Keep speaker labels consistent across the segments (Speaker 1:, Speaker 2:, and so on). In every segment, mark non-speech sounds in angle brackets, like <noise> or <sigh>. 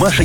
Speaker 1: Маша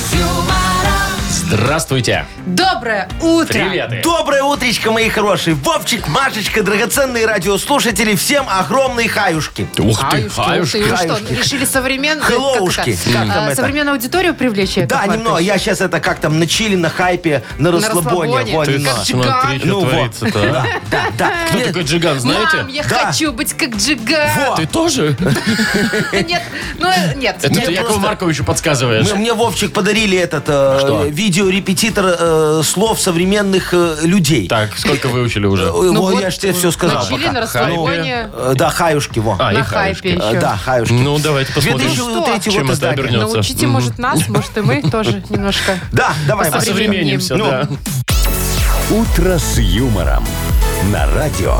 Speaker 2: Здравствуйте.
Speaker 3: Доброе утро!
Speaker 2: Приветы.
Speaker 4: Доброе утречко, мои хорошие. Вовчик, Машечка, драгоценные радиослушатели, всем огромные хаюшки.
Speaker 2: Ух ты,
Speaker 3: Аюшки, ух ты,
Speaker 2: хаюшки.
Speaker 3: вы что,
Speaker 4: хаюшки.
Speaker 3: решили современную,
Speaker 4: Хэллоушки,
Speaker 3: как это,
Speaker 4: как там
Speaker 3: а,
Speaker 4: это?
Speaker 3: современную аудиторию привлечь? Яков
Speaker 4: Да,
Speaker 3: Маркович?
Speaker 4: немного. Я сейчас это как там на чили, на хайпе, на расслабоне.
Speaker 3: расслабоне.
Speaker 4: Во,
Speaker 3: Ты
Speaker 4: немного.
Speaker 3: как
Speaker 2: Смотри, что
Speaker 4: Ну вот.
Speaker 2: творится-то,
Speaker 3: <laughs>
Speaker 2: а.
Speaker 4: Да, да.
Speaker 2: <laughs> Кто
Speaker 4: Нет,
Speaker 2: такой Джиган, знаете?
Speaker 3: Мам, я
Speaker 4: Да.
Speaker 3: хочу быть как Джиган.
Speaker 4: Во.
Speaker 2: Ты
Speaker 3: <laughs>
Speaker 2: тоже?
Speaker 3: Нет, ну нет.
Speaker 2: Это
Speaker 3: нет.
Speaker 2: ты Якову Марковичу подсказываешь.
Speaker 4: Мы- мне Вовчик подарили этот э,
Speaker 2: Что?
Speaker 4: видеорепетитор э, слов современных э, людей.
Speaker 2: Так, сколько выучили уже?
Speaker 4: Э,
Speaker 3: Ну
Speaker 4: во,
Speaker 3: вот,
Speaker 4: я же тебе все сказал.
Speaker 3: На чили,
Speaker 4: пока.
Speaker 3: на расслабоне,
Speaker 4: Э, Да, хаюшки, во.
Speaker 2: А, и
Speaker 3: на
Speaker 2: хаюшки.
Speaker 3: хайпе еще.
Speaker 4: Э, Да, хаюшки.
Speaker 2: Ну, давайте посмотрим,
Speaker 3: тысячи-
Speaker 4: 2003
Speaker 2: чем
Speaker 4: года
Speaker 2: это
Speaker 4: издание.
Speaker 2: обернется.
Speaker 3: Научите, Ну, может, нас, может, и мы тоже немножко.
Speaker 4: Да, давай,
Speaker 3: Посмотри.
Speaker 4: Маша.
Speaker 2: Осовременимся,
Speaker 4: Ну.
Speaker 2: да.
Speaker 1: «Утро с юмором» на радио.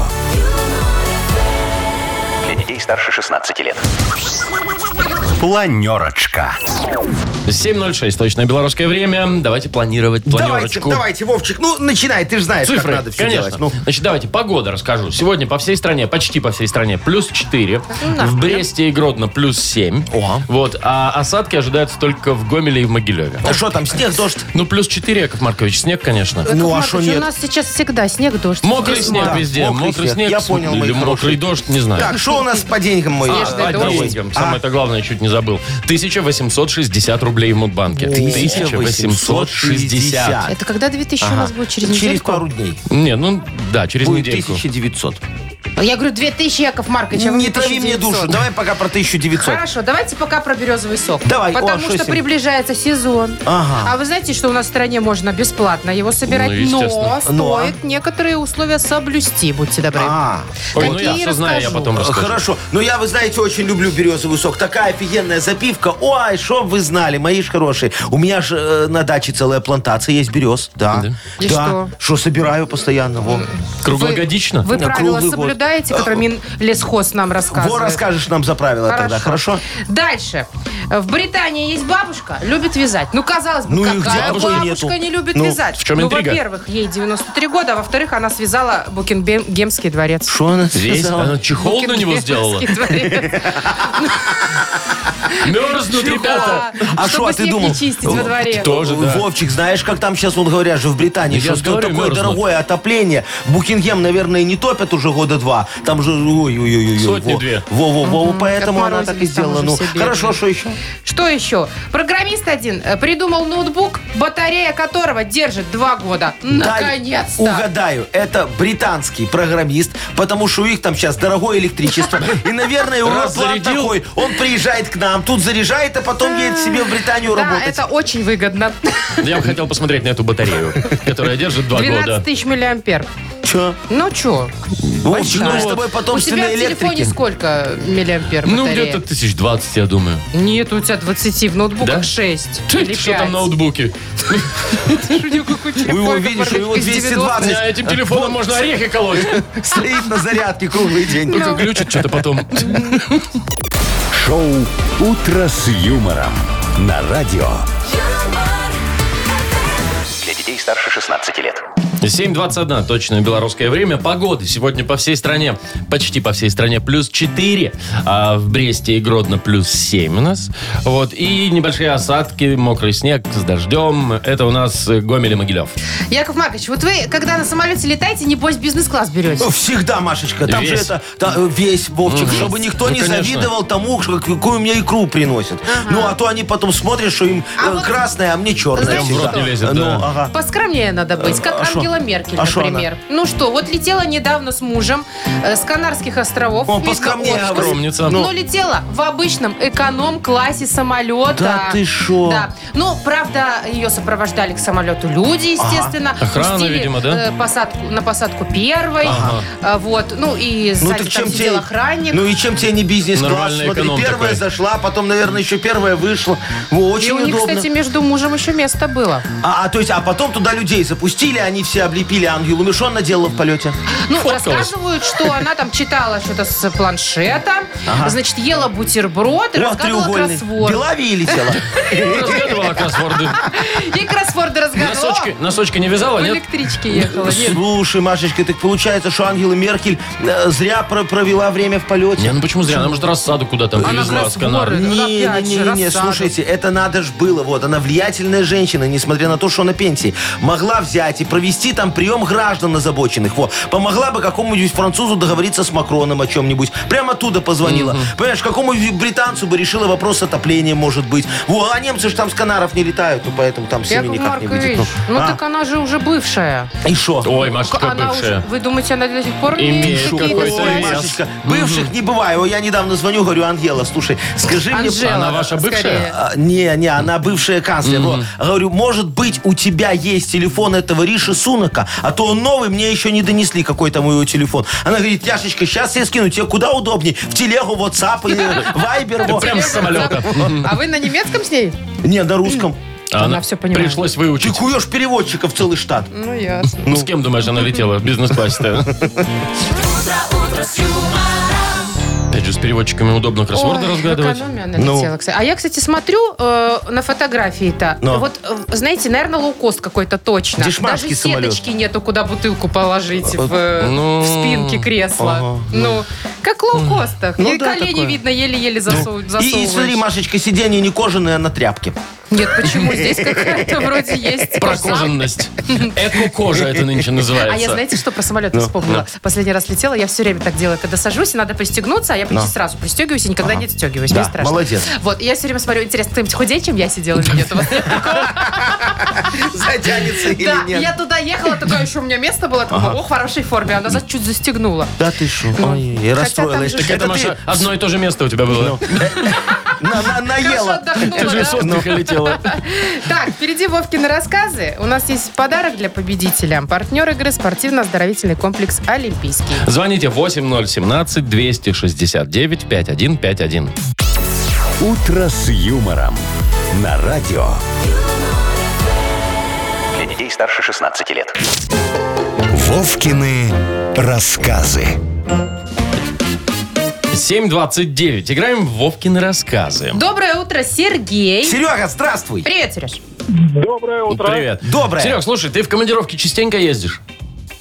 Speaker 5: Для детей старше 16 лет.
Speaker 1: Планерочка.
Speaker 2: 7.06, точное белорусское время. Давайте планировать
Speaker 4: Давайте,
Speaker 2: планерочку.
Speaker 4: давайте, Вовчик. Ну, начинай, ты же знаешь,
Speaker 2: Цифры,
Speaker 4: как надо все
Speaker 2: конечно.
Speaker 4: делать. Ну,
Speaker 2: Значит, давайте погода расскажу. Сегодня по всей стране, почти по всей стране, плюс 4. В Бресте и Гродно плюс 7.
Speaker 4: О.
Speaker 2: Вот, а осадки ожидаются только в Гомеле и в Могилеве.
Speaker 4: а что там, снег, дождь?
Speaker 2: Ну, плюс 4, Яков Маркович, снег, конечно.
Speaker 4: Ну,
Speaker 3: Яков
Speaker 4: а шо
Speaker 3: Маркович,
Speaker 4: нет?
Speaker 3: У нас сейчас всегда снег, дождь.
Speaker 2: Мокрый
Speaker 3: Весна.
Speaker 2: снег
Speaker 4: Да,
Speaker 2: везде,
Speaker 4: мокрый
Speaker 2: мокрый,
Speaker 4: снег.
Speaker 2: снег.
Speaker 4: Я
Speaker 2: с-
Speaker 4: понял,
Speaker 2: Или
Speaker 4: мои
Speaker 2: мокрый
Speaker 4: хорошие.
Speaker 2: дождь, не знаю.
Speaker 4: Так, что у нас по деньгам, мои?
Speaker 3: Снежный
Speaker 2: А,
Speaker 4: А,
Speaker 3: дождь.
Speaker 4: давай.
Speaker 2: деньгам. Самое-то главное, чуть не забыл. 1860 рублей в Мудбанке. 1860.
Speaker 3: Это когда 2000 у нас будет через неделю?
Speaker 4: Через пару дней.
Speaker 2: Не, ну да, через
Speaker 4: Будет
Speaker 2: недельку.
Speaker 4: 1900.
Speaker 3: Я говорю, 2000, Яков Маркович, а вы
Speaker 4: Не трави мне
Speaker 3: 1900.
Speaker 4: душу. Давай пока про 1900.
Speaker 3: Хорошо, давайте пока про березовый сок.
Speaker 4: Давай, о,
Speaker 3: Потому
Speaker 4: что
Speaker 3: что
Speaker 4: сегодня?
Speaker 3: приближается сезон.
Speaker 4: Ага.
Speaker 3: А вы знаете, что у нас в стране можно бесплатно его собирать,
Speaker 2: Ну, естественно.
Speaker 3: но
Speaker 4: Но.
Speaker 3: стоит некоторые условия соблюсти, будьте добры.
Speaker 4: А,
Speaker 2: Ой, ну
Speaker 3: Вот
Speaker 2: я
Speaker 3: и
Speaker 2: все знаю, я
Speaker 3: расскажу.
Speaker 2: потом расскажу.
Speaker 4: хорошо. Но я, вы знаете, очень люблю березовый сок. Такая офигенная запивка. Ой, чтоб вы знали, мои ж хорошие. У меня же э, на даче целая плантация есть берез. Да.
Speaker 2: Да?
Speaker 3: И
Speaker 4: Да.
Speaker 3: что?
Speaker 4: Что собираю постоянно. Во.
Speaker 2: Круглогодично?
Speaker 3: Вы
Speaker 4: Да,
Speaker 3: правила
Speaker 4: круглый год.
Speaker 3: соблюдаете, которые Минлесхоз нам рассказывает?
Speaker 4: Во, расскажешь нам за правила тогда, хорошо?
Speaker 3: Дальше. В Британии есть бабушка, любит вязать. Ну, казалось бы,
Speaker 4: Ну, и где
Speaker 3: какая
Speaker 4: бабушки
Speaker 3: бабушка
Speaker 4: нету?
Speaker 3: не любит
Speaker 4: Ну,
Speaker 3: вязать?
Speaker 2: в чем
Speaker 3: ну,
Speaker 2: интрига?
Speaker 3: во-первых, ей 93 года, а во-вторых, она связала Букингемский дворец.
Speaker 4: Что она
Speaker 2: Весь?
Speaker 4: сказала?
Speaker 2: Она чехол на него сделала?
Speaker 3: Букингемский дворец. <laughs>
Speaker 2: Мерзнут, ребята!
Speaker 3: Чтобы
Speaker 4: А что, а ты
Speaker 3: снег
Speaker 4: думал?
Speaker 3: не чистить во дворе.
Speaker 2: Тоже, да.
Speaker 4: Вовчик, знаешь, как там сейчас, вот говорят же, в Британии,
Speaker 2: Я
Speaker 4: что
Speaker 2: же говорю,
Speaker 4: такое
Speaker 2: мерзнут.
Speaker 4: дорогое отопление. Букингем, наверное, не топят уже года два. Там же, ой-ой-ой.
Speaker 2: Сотни две.
Speaker 4: Во-во-во, поэтому она
Speaker 3: отморозились
Speaker 4: так и
Speaker 3: там
Speaker 4: сделала.
Speaker 3: уже
Speaker 4: Ну,
Speaker 3: все бедные.
Speaker 4: хорошо, что еще?
Speaker 3: Что еще? Программист один э, придумал ноутбук, батарея которого держит два года.
Speaker 4: Дай
Speaker 3: Наконец-то!
Speaker 4: Угадаю, это британский программист, потому что у них там сейчас дорогое электричество. И, наверное, у нас план
Speaker 2: Разрядил.
Speaker 4: такой. Он приезжает к нам, тут заряжает, а потом едет себе в Британию
Speaker 3: Да,
Speaker 4: работать.
Speaker 3: это очень выгодно.
Speaker 2: Я бы хотел посмотреть на эту батарею, которая держит два
Speaker 3: 12
Speaker 2: года.
Speaker 3: тысяч миллиампер.
Speaker 4: Че?
Speaker 3: Ну чё?
Speaker 4: Вовчик, мы с тобой
Speaker 3: У тебя
Speaker 4: потомственные
Speaker 3: в телефоне
Speaker 4: электрики.
Speaker 3: сколько миллиампер
Speaker 2: Ну,
Speaker 3: батарея?
Speaker 2: где-то тысяч двадцать, я думаю.
Speaker 3: Нет, у тебя 20, в ноутбуках
Speaker 2: Да?
Speaker 3: 6 или 5.
Speaker 2: Что там в
Speaker 3: <laughs>
Speaker 2: ноутбуке?
Speaker 4: У его, видишь, у него
Speaker 3: Э,
Speaker 4: 220.
Speaker 2: Я Э, этим телефоном можно орехи колоть.
Speaker 4: Стоит на зарядке круглый день.
Speaker 2: Только глючит что-то потом.
Speaker 1: Шоу «Утро с юмором» на радио.
Speaker 5: Для детей старше 16 лет.
Speaker 2: 7.21, точное белорусское время. Погода сегодня по всей стране, почти по всей стране, плюс 4. А в Бресте и Гродно плюс 7 у нас. Вот, и небольшие осадки, мокрый снег с дождем. Это у нас э, Гомель и Могилев.
Speaker 3: Яков Маркович, вот вы, когда на самолете летаете, небось бизнес-класс берете.
Speaker 4: Ну, Всегда, Машечка, там же
Speaker 2: Весь.
Speaker 4: это та- э, весь Вовчик, чтобы никто
Speaker 2: Ну,
Speaker 4: не
Speaker 2: конечно.
Speaker 4: завидовал тому, ш- какую мне икру приносят. Ну, а то они потом смотрят, что им
Speaker 3: А
Speaker 4: э,
Speaker 3: вот-
Speaker 4: красная, а мне черная
Speaker 3: Знаешь,
Speaker 2: Прям в рот
Speaker 4: всегда.
Speaker 2: не лезет,
Speaker 4: Ну,
Speaker 2: да.
Speaker 4: ага.
Speaker 3: Поскромнее надо быть, как
Speaker 4: а шо?
Speaker 3: Ангела Меркель,
Speaker 4: А шо
Speaker 3: например. Ну что, вот летела недавно с мужем э, с Канарских островов.
Speaker 4: О,
Speaker 3: видно,
Speaker 4: поскромнее, Ну.
Speaker 3: отпуск.
Speaker 4: говорю.
Speaker 2: Скромница.
Speaker 3: Но летела в обычном эконом-классе самолета.
Speaker 4: Да ты шо?
Speaker 3: Да. Ну, правда, ее сопровождали к самолету люди, естественно.
Speaker 2: Охрана,
Speaker 3: Пустили,
Speaker 2: видимо, да?
Speaker 3: э, посадку, на посадку первой. Э, вот. Ну, и
Speaker 4: Ну,
Speaker 3: сзади
Speaker 4: так
Speaker 3: там
Speaker 4: чем
Speaker 3: сидел
Speaker 4: тебе,
Speaker 3: охранник.
Speaker 4: ну и чем тебе не бизнес-класс?
Speaker 2: Нормальный
Speaker 4: Смотри,
Speaker 2: эконом
Speaker 4: первая
Speaker 2: такой.
Speaker 4: зашла, потом, наверное, еще первая вышла. Во,
Speaker 3: и
Speaker 4: очень
Speaker 3: у них,
Speaker 4: удобно.
Speaker 3: кстати, между мужем еще место было.
Speaker 4: А, а, то есть, а потом туда людей запустили, они все тебя облепили ангелами, что она делала в полете?
Speaker 3: Ну,
Speaker 2: Фоткалась.
Speaker 3: рассказывают, что она там читала что-то с планшета, значит, ела бутерброд и
Speaker 4: О,
Speaker 3: разгадывала
Speaker 4: треугольный.
Speaker 3: кроссворд.
Speaker 4: Белави и летела.
Speaker 3: Э,
Speaker 2: Разгадывала кроссворды.
Speaker 3: И кроссворды разгадывала.
Speaker 2: Носочки, носочки не вязала,
Speaker 3: В
Speaker 2: нет?
Speaker 3: электричке ехала. Нет.
Speaker 4: Слушай, Машечка, так получается, что Ангела Меркель э, зря про- провела время в полете.
Speaker 2: Не, ну почему зря? Она, может, рассаду куда-то привезла с
Speaker 3: кроссворды.
Speaker 2: Канар.
Speaker 3: Ну,
Speaker 4: Не,
Speaker 3: опять
Speaker 4: не,
Speaker 3: же,
Speaker 4: не, не,
Speaker 3: рассада.
Speaker 4: слушайте, это надо ж было. Вот она влиятельная женщина, несмотря на то, что на пенсии. Могла взять и провести там прием граждан озабоченных. Во. Помогла бы какому-нибудь французу договориться с Макроном о чем-нибудь. Прямо оттуда позвонила. Понимаешь, какому-нибудь британцу бы решила вопрос отопления, может быть. Во, а немцы же там с Канаров не летают, ну поэтому там семи
Speaker 3: Яков
Speaker 4: никак не выйдет.
Speaker 3: Маркович,
Speaker 4: Ну,
Speaker 3: ну
Speaker 4: а?
Speaker 3: так она же уже бывшая.
Speaker 4: И шо?
Speaker 2: Ой, Машечка
Speaker 3: Она уже-
Speaker 2: бывшая.
Speaker 3: вы думаете, она до сих пор
Speaker 2: Имеет
Speaker 3: имеет какие-то
Speaker 2: какой-то
Speaker 4: Ой,
Speaker 2: вес.
Speaker 3: связи?
Speaker 4: Машечка, бывших не бывает. О, Я недавно звоню, говорю, Ангела, слушай, скажи мне...
Speaker 3: Анжела,
Speaker 2: Она ваша бывшая?
Speaker 3: скорее.
Speaker 4: А, Не, не, она бывшая канцлер. Во. Говорю, может быть, у тебя есть телефон этого Риши Сунака, а то он новый, мне еще не донесли какой там его телефон. Она говорит, Яшечка, сейчас я скину, тебе куда удобнее? В телегу, WhatsApp
Speaker 3: <laughs>
Speaker 4: или Viber. во».
Speaker 2: Прям с самолета.
Speaker 3: А вы на немецком с ней?
Speaker 4: Не, на русском.
Speaker 2: А
Speaker 3: Она всё понимает.
Speaker 2: Пришлось
Speaker 4: Ты
Speaker 2: выучить.
Speaker 4: куешь переводчиков целый штат.
Speaker 3: Ну, ясно.
Speaker 2: С кем, думаешь, она летела в бизнес-классе-то? Опять же, с переводчиками удобно кроссворды
Speaker 3: Ой,
Speaker 2: разгадывать.
Speaker 3: экономия она
Speaker 4: Ну.
Speaker 3: летела, кстати. А я, кстати, смотрю э, на фотографии-то.
Speaker 4: Но.
Speaker 3: Вот, э, знаете, наверное, лоукост какой-то точно.
Speaker 4: Дешманский
Speaker 3: Даже
Speaker 4: самолет.
Speaker 3: сеточки нету, куда бутылку положить в, э,
Speaker 2: Ну.
Speaker 3: в спинке кресла.
Speaker 4: Ага,
Speaker 3: ну, как лоукостах.
Speaker 4: Ну
Speaker 3: и
Speaker 4: да,
Speaker 3: колени
Speaker 4: такое. Ну,
Speaker 3: видно, еле-еле засовывать.
Speaker 4: И, и смотри, Машечка, сиденье не кожаное, а на
Speaker 3: <laughs>
Speaker 4: тряпке.
Speaker 3: Нет, почему?
Speaker 4: <laughs>
Speaker 3: Здесь какая-то вроде есть.
Speaker 2: Прокоженность. Эко-кожа это
Speaker 3: <laughs>
Speaker 2: нынче
Speaker 3: А я,
Speaker 2: называется.
Speaker 3: знаете, что про самолет
Speaker 4: Ну,
Speaker 3: вспомнила?
Speaker 2: ну.
Speaker 3: Последний раз летела, я все время так делаю. Когда сажусь, и надо пристегнуться, а я почти сразу пристегиваюсь и никогда не отстегиваюсь.
Speaker 4: Ну. Да,
Speaker 3: не страшно.
Speaker 4: молодец.
Speaker 3: Вот, и я все время смотрю, интересно, кто-нибудь худее, чем я сидела или нет? У вас нет такого?
Speaker 4: Затянется
Speaker 3: Да,
Speaker 4: или
Speaker 3: и я
Speaker 4: нет?
Speaker 3: туда ехала, такое еще у меня место было, такое, о, в хорошей форме, а назад чуть застегнула.
Speaker 4: Да ты шо? Ой,
Speaker 3: Ну, хотя
Speaker 4: я расстроилась.
Speaker 3: там же-
Speaker 2: Так это,
Speaker 4: ты
Speaker 2: Маша, одно и то же место у тебя было.
Speaker 4: на- Ну. на-
Speaker 3: Хорошо
Speaker 4: наела.
Speaker 2: Ты же
Speaker 3: отдохнула,
Speaker 2: с
Speaker 3: Ну, да? Ну.
Speaker 2: отдыха летела.
Speaker 3: Так, впереди Вовкины рассказы. У нас есть подарок для победителя. Партнер игры спортивно-оздоровительный комплекс «Олимпийский».
Speaker 2: Звоните 8017-269-5151.
Speaker 1: «Утро с юмором» на радио.
Speaker 6: Для детей старше 16 лет.
Speaker 1: Вовкины рассказы.
Speaker 2: 7.29. Играем в Вовкины рассказы.
Speaker 3: Доброе утро, Сергей.
Speaker 4: Серега, здравствуй.
Speaker 3: Привет, Сереж.
Speaker 7: Доброе утро.
Speaker 2: Привет.
Speaker 4: Доброе.
Speaker 2: Серег, слушай, ты в командировке частенько ездишь?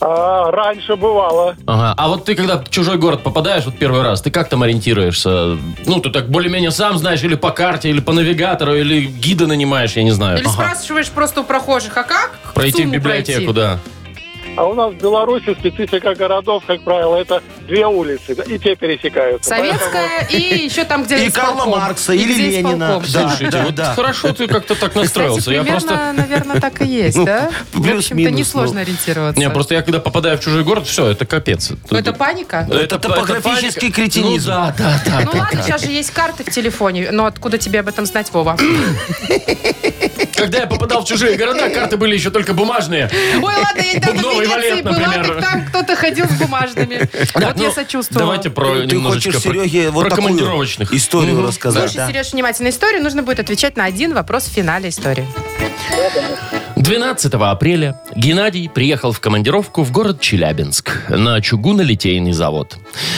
Speaker 7: А, раньше бывало.
Speaker 2: Ага. А вот ты, когда в чужой город попадаешь вот первый раз, ты как там ориентируешься? Ну, ты так более-менее сам знаешь, или по карте, или по навигатору, или гида нанимаешь, я не знаю.
Speaker 3: Или спрашиваешь просто у прохожих, а как?
Speaker 2: Э, Пройти в
Speaker 3: ЦУМу
Speaker 2: библиотеку,
Speaker 3: пройти?
Speaker 2: да.
Speaker 7: А у нас в Беларуси специфика городов, как правило, это две улицы, да, и те пересекаются.
Speaker 3: Советская и еще там, где
Speaker 4: И Карла
Speaker 3: исполком.
Speaker 4: Маркса,
Speaker 3: И
Speaker 4: или
Speaker 3: где исполком.
Speaker 4: Ленина. Да,
Speaker 2: Слушайте,
Speaker 4: да,
Speaker 2: вот
Speaker 4: да.
Speaker 2: хорошо ты как-то так
Speaker 3: Кстати,
Speaker 2: настроился. я
Speaker 3: примерно,
Speaker 2: просто...
Speaker 3: наверное, так и есть,
Speaker 4: Ну,
Speaker 3: да? в
Speaker 4: плюс-минус,
Speaker 3: общем-то, несложно
Speaker 4: ну.
Speaker 3: ориентироваться.
Speaker 2: Не, просто я когда попадаю в чужой город, все, это капец.
Speaker 3: Ну, это паника?
Speaker 2: Да,
Speaker 4: Это топографический
Speaker 2: паника.
Speaker 4: кретинизм.
Speaker 2: Ну да, да, да.
Speaker 3: Ну ладно, сейчас же есть карты в телефоне, но откуда тебе об этом знать,
Speaker 2: <laughs>
Speaker 3: Вова?
Speaker 2: Когда я попадал в чужие города, карты были еще только бумажные.
Speaker 3: Ой, ладно, я недавно в
Speaker 2: Бубновый
Speaker 3: Венеции
Speaker 2: валет,
Speaker 3: была,
Speaker 2: Ну, например.
Speaker 3: так типа, там кто-то ходил с бумажными.
Speaker 2: <laughs>
Speaker 3: Вот
Speaker 2: Ну,
Speaker 3: я сочувствовала.
Speaker 2: Давайте про
Speaker 4: Ты
Speaker 2: немножечко
Speaker 4: хочешь
Speaker 2: про-
Speaker 4: Сереге вот
Speaker 2: про
Speaker 4: такую
Speaker 2: командировочных.
Speaker 4: историю рассказать?
Speaker 3: Слушай,
Speaker 4: да?
Speaker 3: Сереж, внимательно историю. Нужно будет отвечать на один вопрос в финале истории.
Speaker 2: 12 апреля Геннадий приехал в командировку в город Челябинск на чугунолитейный завод.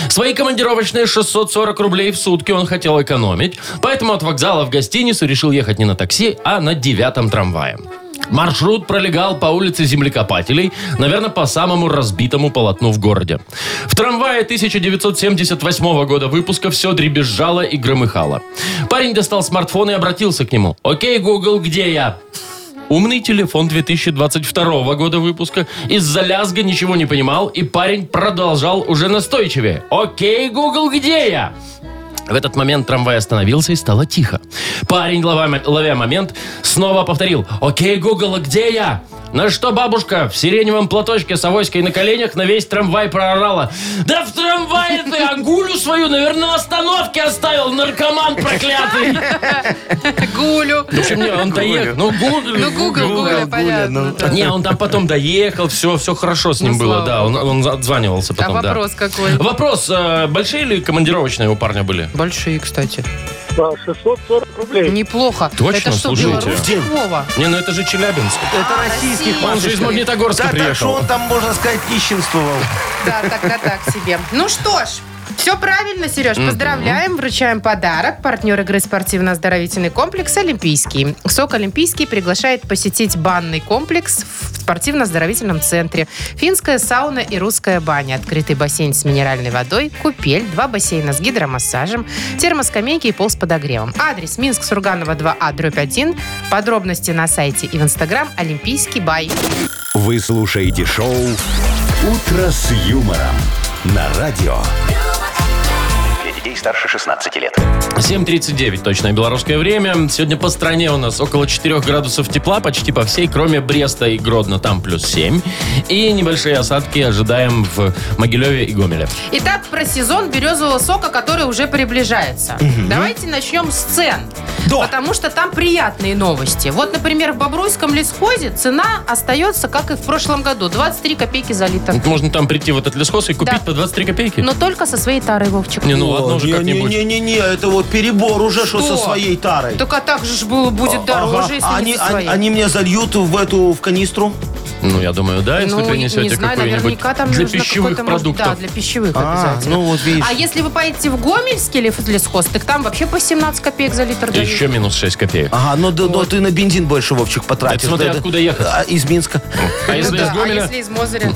Speaker 2: Свои командировочные 640 рублей в сутки он хотел экономить, поэтому от вокзала в гостиницу решил ехать не на такси, а на девятом трамвае. Маршрут пролегал по улице землекопателей, наверное, по самому разбитому полотну в городе. В трамвае 1978 года выпуска все дребезжало и громыхало. Парень достал смартфон и обратился к нему. «Окей, Google, где я?» Умный телефон 2022 года выпуска из-за лязга ничего не понимал, и парень продолжал уже настойчивее. «Окей, Google, где я?» В этот момент трамвай остановился и стало тихо. Парень, ловя, ловя момент, снова повторил «Окей, Google, а где я?» На что бабушка в сиреневом платочке с авоськой на коленях на весь трамвай проорала «Да в трамвае ты, а гулю свою, наверное, на остановке оставил, наркоман проклятый!»
Speaker 3: Гулю.
Speaker 2: В общем, не, он доехал. Ну, Google,
Speaker 3: Ну, Гугл, Гугл, понятно. да.
Speaker 2: Не, он там потом доехал, все, все хорошо с ним
Speaker 3: Ну,
Speaker 2: было,
Speaker 3: слава
Speaker 2: да, он, он отзванивался
Speaker 3: А
Speaker 2: потом, да.
Speaker 3: вопрос какой?
Speaker 2: Вопрос, э, большие ли командировочные у парня были?
Speaker 3: Большие, кстати.
Speaker 7: а, 640 рублей.
Speaker 3: Неплохо.
Speaker 2: Точно,
Speaker 3: Это что,
Speaker 2: слушайте.
Speaker 3: белорус?
Speaker 4: В день.
Speaker 3: Вова.
Speaker 2: Не, ну это же Челябинск.
Speaker 4: Это
Speaker 3: Россия.
Speaker 4: российских
Speaker 2: Он же из
Speaker 4: матушек.
Speaker 2: Магнитогорска
Speaker 4: Да, так что
Speaker 2: приехал.
Speaker 4: он там, можно сказать, нищенствовал.
Speaker 3: Да, тогда так себе. Ну что ж, все правильно, Сереж. Поздравляем, вручаем подарок. Партнер игры спортивно-оздоровительный комплекс «Олимпийский». СОК «Олимпийский» приглашает посетить банный комплекс в спортивно-оздоровительном центре. Финская сауна и русская баня. Открытый бассейн с минеральной водой, купель, два бассейна с гидромассажем, термоскамейки и пол с подогревом. Адрес Минск, Сурганова 2А, дробь 1. Подробности на сайте и в Инстаграм «Олимпийский бай».
Speaker 1: Вы слушаете шоу «Утро с юмором» на радио.
Speaker 8: Для детей старше 16 лет.
Speaker 2: 7.39 точное белорусское время. Сегодня по стране у нас около 4 градусов тепла почти по всей, кроме Бреста и Гродно, там плюс 7. И небольшие осадки ожидаем в Могилеве и Гомеле.
Speaker 3: Итак, про сезон березового сока, который уже приближается. Давайте начнем с цен.
Speaker 4: Да.
Speaker 3: Потому что там приятные новости. Вот, например, в Бобруйском лесхозе цена остается, как и в прошлом году, 23 копейки за литр.
Speaker 2: Вот Можно там прийти в этот лесхоз и купить
Speaker 3: Да. Ну,
Speaker 2: по 23 копейки?
Speaker 3: Но только со своей тарой, Вовчик.
Speaker 2: Не, ну ладно
Speaker 4: О,
Speaker 2: уже
Speaker 4: не-
Speaker 2: как-нибудь.
Speaker 4: Не, не, не, это вот перебор уже, что со
Speaker 3: Что?
Speaker 4: своей тарой.
Speaker 3: Так а так же ж было, будет
Speaker 4: Ага.
Speaker 3: дороже, если
Speaker 4: А они,
Speaker 3: не со
Speaker 4: они,
Speaker 3: своей.
Speaker 4: они мне зальют в эту в канистру.
Speaker 2: Ну, я думаю, да, если
Speaker 3: ну,
Speaker 2: принесете
Speaker 3: не знаю,
Speaker 2: какой-нибудь
Speaker 3: наверняка там
Speaker 2: для
Speaker 3: нужно
Speaker 2: пищевых
Speaker 3: какой-то, может,
Speaker 2: продуктов.
Speaker 3: Да, для пищевых
Speaker 4: А,
Speaker 3: обязательно.
Speaker 4: ну вот видишь.
Speaker 3: А если вы поедете в Гомельский лес- лесхоз, так там вообще по 17 копеек за литр дают.
Speaker 2: Еще минус 6 копеек.
Speaker 4: Ага, но, да- но ты на бензин больше, Вовчик, потратишь.
Speaker 2: Это смотря откуда ехать.
Speaker 4: А, Из Минска.
Speaker 2: А если
Speaker 3: Ну да,
Speaker 2: из
Speaker 3: а
Speaker 2: Гомеля?
Speaker 3: если из Мозыря?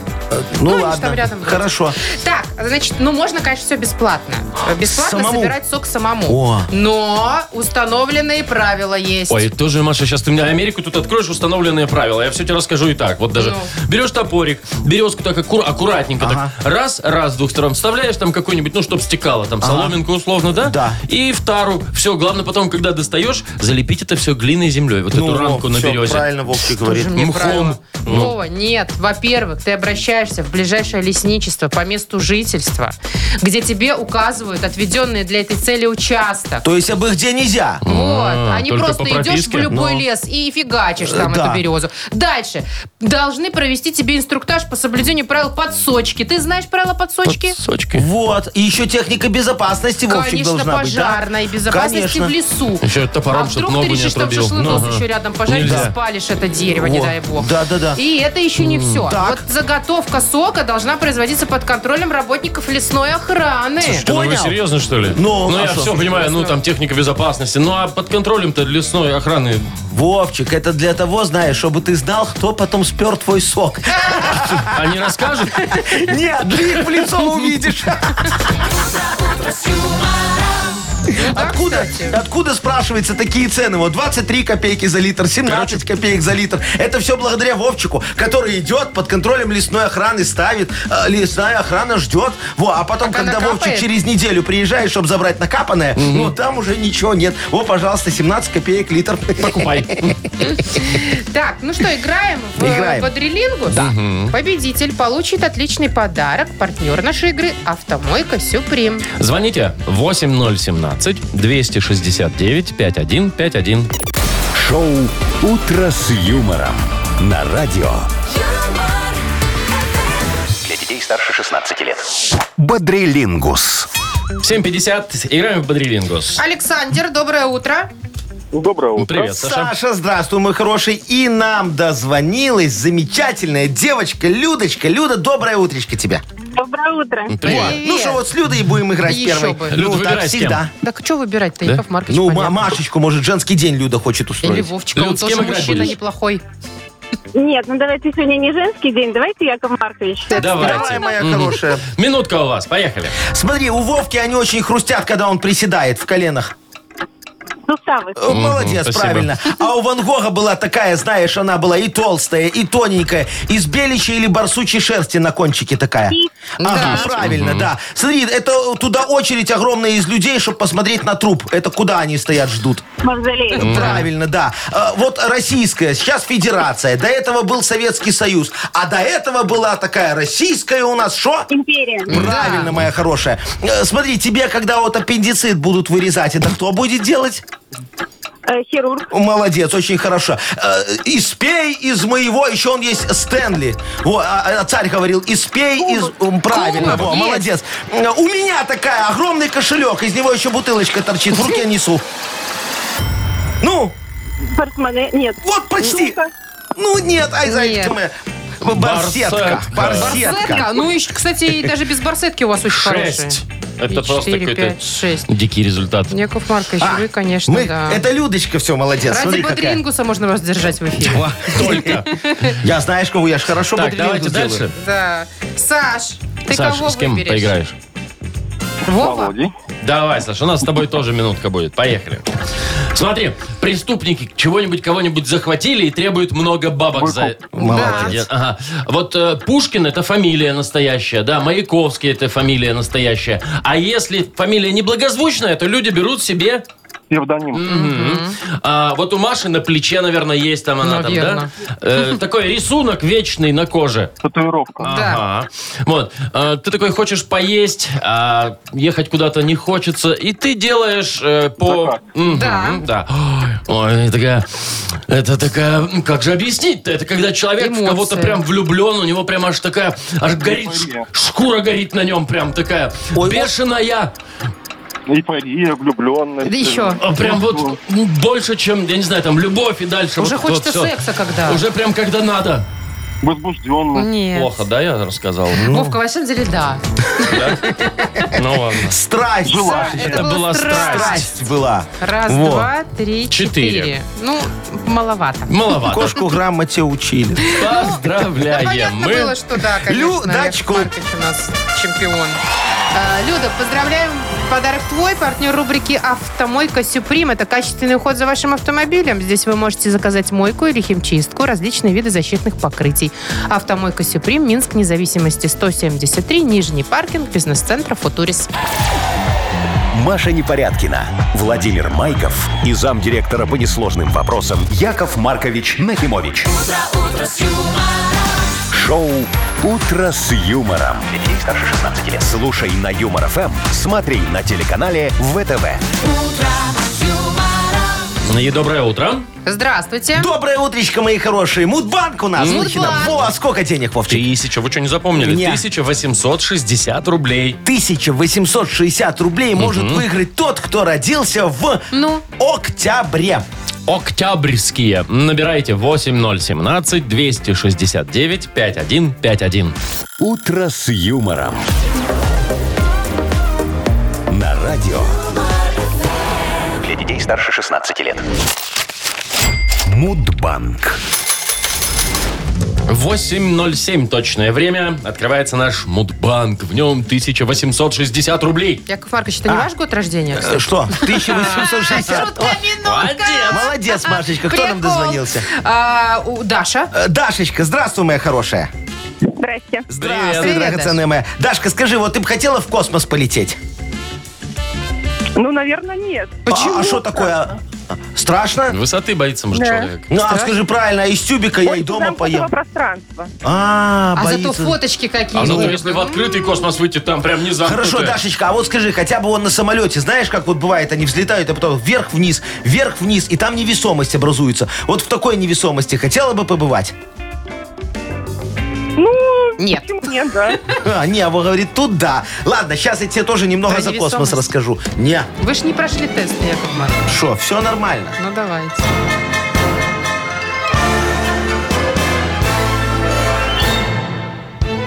Speaker 4: Ну,
Speaker 3: они ж
Speaker 4: ладно,
Speaker 3: там рядом вроде.
Speaker 4: хорошо.
Speaker 3: Так, значит, ну можно, конечно, все бесплатно. Бесплатно
Speaker 4: Самому?
Speaker 3: собирать сок самому.
Speaker 4: О.
Speaker 3: Но установленные правила есть.
Speaker 2: Ой, тоже, Маша, сейчас ты мне Америку тут откроешь установленные правила. Я все тебе расскажу и так. Вот даже
Speaker 3: Ну.
Speaker 2: берешь топорик, березку так аккур- аккуратненько, так раз, раз, с двух сторон вставляешь там какой-нибудь, ну, чтоб стекало, там, соломинку условно, да?
Speaker 4: Да.
Speaker 2: И в тару. Все, главное потом, когда достаешь, залепить это все глиной и землей. Вот
Speaker 4: Ну,
Speaker 2: эту рамку
Speaker 4: Вов,
Speaker 2: на
Speaker 4: всё,
Speaker 2: березе.
Speaker 4: правильно
Speaker 3: Тоже
Speaker 4: Вовчик говорит.
Speaker 3: мне
Speaker 2: мхом.
Speaker 3: правила.
Speaker 2: Ну.
Speaker 3: Вова, нет. Во-первых, ты обращаешься в ближайшее лесничество по месту жительства, где тебе указывают отведенные для этой цели участок.
Speaker 4: То есть об их где нельзя.
Speaker 2: А,
Speaker 3: Вот, а не
Speaker 2: только
Speaker 3: просто
Speaker 2: по
Speaker 3: идешь в
Speaker 2: прописке?
Speaker 3: любой
Speaker 4: Ну.
Speaker 3: лес и фигачишь там
Speaker 4: Э, да.
Speaker 3: эту березу. Дальше. Должны провести тебе инструктаж по соблюдению правил подсочки. Ты знаешь правила подсочки?
Speaker 2: Сочки.
Speaker 4: Вот. И еще техника безопасности, Вовчик,
Speaker 3: Конечно,
Speaker 4: должна быть, да?
Speaker 3: пожарная и безопасности
Speaker 4: Конечно.
Speaker 3: в лесу.
Speaker 2: Еще топором,
Speaker 3: а
Speaker 2: чтоб
Speaker 3: вдруг
Speaker 2: ногу
Speaker 3: ты
Speaker 2: не
Speaker 3: решишь там
Speaker 2: отрубил.
Speaker 3: шашлынос
Speaker 2: Ну, ага.
Speaker 3: еще рядом пожарить
Speaker 2: Нельзя.
Speaker 3: и спалишь это дерево, не
Speaker 4: Во.
Speaker 3: дай бог.
Speaker 4: Да-да-да.
Speaker 3: И это еще не все.
Speaker 4: Так.
Speaker 3: Вот заготовка сока должна производиться под контролем работников лесной охраны.
Speaker 2: Ну, вы
Speaker 4: Понял.
Speaker 2: серьезно, что ли?
Speaker 4: Ну,
Speaker 2: я
Speaker 4: а что?
Speaker 2: все понимаю, ну, там техника безопасности. Ну, а под контролем-то лесной охраны
Speaker 4: Вовчик, это для того, знаешь, чтобы ты знал, кто потом спер
Speaker 3: <laughs>
Speaker 4: твой сок.
Speaker 2: они расскажут?
Speaker 4: Нет, ты их в лицо
Speaker 3: <laughs>
Speaker 4: увидишь. Откуда, откуда, спрашивается, такие цены? Вот 23 копейки за литр, 17 копеек за литр. Это все благодаря Вовчику, который идет под контролем лесной охраны, ставит, э, лесная охрана ждет. Во, а потом,
Speaker 3: Пока
Speaker 4: когда
Speaker 3: накапает.
Speaker 4: Вовчик через неделю приезжает, чтобы забрать накапанное, ну там уже ничего нет. О, пожалуйста, 17 копеек литр.
Speaker 2: Покупай.
Speaker 3: Так, ну что, играем в
Speaker 4: Играем.
Speaker 3: бодрилингус? Победитель получит отличный подарок. Партнер нашей игры «Автомойка Сюприм».
Speaker 2: Звоните 8017-269-5151.
Speaker 1: Шоу «Утро с юмором» на радио.
Speaker 5: юмор,
Speaker 8: Для детей старше 16 лет.
Speaker 1: Бодрилингус.
Speaker 2: 7.50. Играем в Бодрилингус.
Speaker 3: Александр, доброе утро.
Speaker 7: Доброе
Speaker 2: Ну,
Speaker 7: утро.
Speaker 2: Привет, Саша.
Speaker 4: Саша, здравствуй, мой хороший. И нам дозвонилась замечательная девочка Людочка. Люда, доброе утречко тебе.
Speaker 9: Доброе утро.
Speaker 2: Привет.
Speaker 4: Ну что, вот с Людой и будем играть
Speaker 3: Еще
Speaker 4: первой.
Speaker 3: бы.
Speaker 2: Люда,
Speaker 4: Ну, так
Speaker 2: выбирай, с кем.
Speaker 4: всегда.
Speaker 3: Так что выбирать-то,
Speaker 2: Да?
Speaker 3: Яков Маркович?
Speaker 4: Ну,
Speaker 3: понятно.
Speaker 4: Ма- Машечку, может, женский день Люда хочет
Speaker 3: Или
Speaker 4: устроить.
Speaker 3: Вовчика,
Speaker 2: Люд,
Speaker 3: он
Speaker 2: с кем
Speaker 3: тоже
Speaker 2: играть
Speaker 3: мужчина
Speaker 2: будешь?
Speaker 3: неплохой.
Speaker 9: Нет, ну давайте сегодня не женский день, давайте Яков Маркович.
Speaker 4: Давай,
Speaker 2: Давайте.
Speaker 4: моя хорошая.
Speaker 2: Минутка у вас. Поехали.
Speaker 4: Смотри, у Вовки они очень хрустят, когда он приседает в коленах.
Speaker 9: Суставы.
Speaker 4: Э, Молодец,
Speaker 2: спасибо.
Speaker 4: правильно. А у Ван Гога была такая, знаешь, она была и толстая, и тоненькая, из беличьей или барсучей шерсти на кончике такая. Ага, правильно, да. Смотри, это туда очередь огромная из людей, чтобы посмотреть на труп. Это куда они стоят, ждут.
Speaker 9: Мавзолей.
Speaker 4: Правильно, да. Э, Вот российская, сейчас федерация. До этого был Советский Союз. А до этого была такая российская у нас что?
Speaker 9: Империя.
Speaker 4: Правильно, моя хорошая. Э, Смотри, тебе, когда вот аппендицит будут вырезать, это кто будет делать?
Speaker 9: Э, хирург.
Speaker 4: Молодец, очень хорошо. Э, Испей из моего, еще он есть Стэнли. Во, а, а, царь говорил, испей из... м, Правильно, во,
Speaker 3: Кубок есть.
Speaker 4: молодец. Э, У меня такая, огромный кошелек, из него еще бутылочка торчит, в руке несу. Ну,
Speaker 9: Портмоне. Нет.
Speaker 4: вот почти.
Speaker 9: Ну-ка.
Speaker 4: Ну нет, ай, зайка
Speaker 3: Нет.
Speaker 4: моя. Б- Барсетка,
Speaker 2: Барсетка.
Speaker 4: барсетка.
Speaker 3: Барсетка. Ну, и, кстати, и даже без барсетки у вас очень хорошие.
Speaker 2: Шесть. Это
Speaker 3: И
Speaker 2: просто
Speaker 3: четыре,
Speaker 2: какой-то
Speaker 3: пять, шесть.
Speaker 2: дикий результат.
Speaker 3: Яков Маркович,
Speaker 4: А,
Speaker 3: вы, конечно,
Speaker 4: Мы,
Speaker 3: да.
Speaker 4: это Людочка, все, молодец.
Speaker 3: Ради
Speaker 4: смотри, какая.
Speaker 3: Бодрингуса можно вас держать в эфире.
Speaker 4: Во, Только. Я знаешь, кого я ж хорошо
Speaker 2: Так, давайте
Speaker 4: бодрилингу делаю.
Speaker 2: дальше.
Speaker 3: Да. Саш, ты
Speaker 2: Саша,
Speaker 3: кого
Speaker 2: с кем
Speaker 3: выберешь?
Speaker 2: поиграешь?
Speaker 3: Вова?
Speaker 2: Давай, Саша, у нас с тобой тоже минутка будет. Поехали. Смотри, преступники чего-нибудь кого-нибудь захватили и требуют много бабок за...
Speaker 4: Молодец.
Speaker 2: Молодец. Ага. Вот э, Пушкин это фамилия настоящая, да, Маяковский это фамилия настоящая. А если фамилия неблагозвучная, то люди берут себе.
Speaker 10: Псевдоним.
Speaker 2: а, вот у Маши на плече, наверное, есть там она
Speaker 3: Наверно.
Speaker 2: там, да? Э, такой рисунок вечный на коже.
Speaker 10: Татуировка.
Speaker 3: Да.
Speaker 2: Ага. Вот. Э, ты такой хочешь поесть, а ехать куда-то не хочется, и ты делаешь э, по...
Speaker 10: Заказ.
Speaker 2: Мгм,
Speaker 3: Да.
Speaker 2: да. Ой, это такая... Это такая... м, Как же объяснить-то? Это когда человек в
Speaker 3: Эмоции.
Speaker 2: кого-то прям влюблен, у него прям аж такая... Аж горит... ш-
Speaker 10: Эйфория.
Speaker 2: шкура горит на нем прям такая.
Speaker 4: Ой,
Speaker 2: бешеная.
Speaker 10: Эйфория, влюбленность.
Speaker 3: Да еще.
Speaker 2: А Прям вот м, больше, чем, я не знаю, там любовь и дальше.
Speaker 3: Уже
Speaker 2: вот-
Speaker 3: хочется
Speaker 2: вот всё.
Speaker 3: секса когда?
Speaker 2: Уже прям когда надо.
Speaker 10: Возбужденность.
Speaker 3: Нет.
Speaker 2: Плохо, да, я рассказал?
Speaker 3: Вовка, во всем деле, да.
Speaker 2: Ну
Speaker 3: <laughs>
Speaker 2: ладно.
Speaker 4: Страсть. Сашечка.
Speaker 2: Это была страсть.
Speaker 4: Страсть была.
Speaker 3: Раз,
Speaker 4: Во.
Speaker 3: два, три,
Speaker 2: Четыре.
Speaker 3: четыре. Ну, маловато.
Speaker 2: Маловато.
Speaker 4: Кошку грамоте учили.
Speaker 3: Да,
Speaker 2: Поздравляем.
Speaker 3: Ну, понятно было,
Speaker 2: Мы
Speaker 3: что да, конечно.
Speaker 4: Людочку.
Speaker 3: Яков Маркович у нас чемпион. А, Люда, поздравляем. Подарок твой, партнер рубрики «Автомойка Сюприм». Это качественный уход за вашим автомобилем. Здесь вы можете заказать мойку или химчистку, различные виды защитных покрытий. «Автомойка Сюприм», Минск, независимости 173, Нижний паркинг, бизнес-центр «Футурис».
Speaker 1: Маша Непорядкина, Владимир Майков и замдиректора по несложным вопросам Яков Маркович Нахимович. Шоу Утро с юмором. Для детей старше 16 лет. Слушай на юмор ФМ, смотри на телеканале ВТВ.
Speaker 2: И доброе утро.
Speaker 3: Здравствуйте.
Speaker 4: Доброе утречко, мои хорошие. Мудбанк у нас.
Speaker 3: Мудбанк.
Speaker 4: Лохина. Во, сколько денег, Вовчик?
Speaker 2: Тысяча, вы что, не запомнили?
Speaker 4: Не.
Speaker 2: 1860 рублей.
Speaker 4: 1860 рублей может выиграть тот, кто родился в
Speaker 3: Ну?
Speaker 4: октябре.
Speaker 2: Октябрьские. Набирайте 8017-269-5151.
Speaker 1: Утро с юмором. На радио
Speaker 11: Для детей старше 16 лет.
Speaker 1: Мудбанк.
Speaker 2: 8.07 точное время. Открывается наш Мудбанк. В нем 1860 рублей.
Speaker 3: Яков Маркович, это не ваш год рождения?
Speaker 4: А. Э, Что? 1860. О, Молодец, Машечка. Кто нам
Speaker 3: Прикол.
Speaker 4: дозвонился?
Speaker 3: А, у- Даша.
Speaker 4: Э, Дашечка, здравствуй, моя хорошая.
Speaker 9: Здрасте.
Speaker 4: Здравствуй,
Speaker 3: Привет,
Speaker 4: драгоценная моя. Дашка, скажи, вот ты бы хотела в космос полететь?
Speaker 9: Ну, наверное, нет.
Speaker 4: А что такое? Страшно?
Speaker 2: Высоты боится, может,
Speaker 9: Да.
Speaker 2: человек.
Speaker 4: Ну, а скажи правильно, а из тюбика я и дома поем.
Speaker 9: пространства.
Speaker 4: А,
Speaker 3: А зато
Speaker 4: боится.
Speaker 3: фоточки какие.
Speaker 2: А зато если в открытый космос выйти, там прям не замкнутое.
Speaker 4: Хорошо, Дашечка, а вот скажи, хотя бы он на самолете, знаешь, как вот бывает, они взлетают, а потом вверх-вниз, вверх-вниз, и там невесомость образуется. Вот в такой невесомости хотела бы побывать? <laughs>
Speaker 9: Ну,
Speaker 3: Нет.
Speaker 9: почему нет, да.
Speaker 4: А, не, а вот говорит, тут да. Ладно, сейчас я тебе тоже немного
Speaker 3: Про
Speaker 4: за космос
Speaker 3: невесомость.
Speaker 4: расскажу. Не,
Speaker 3: Вы ж не прошли тест, Яков Маркович.
Speaker 4: что, все нормально.
Speaker 3: Ну, давайте.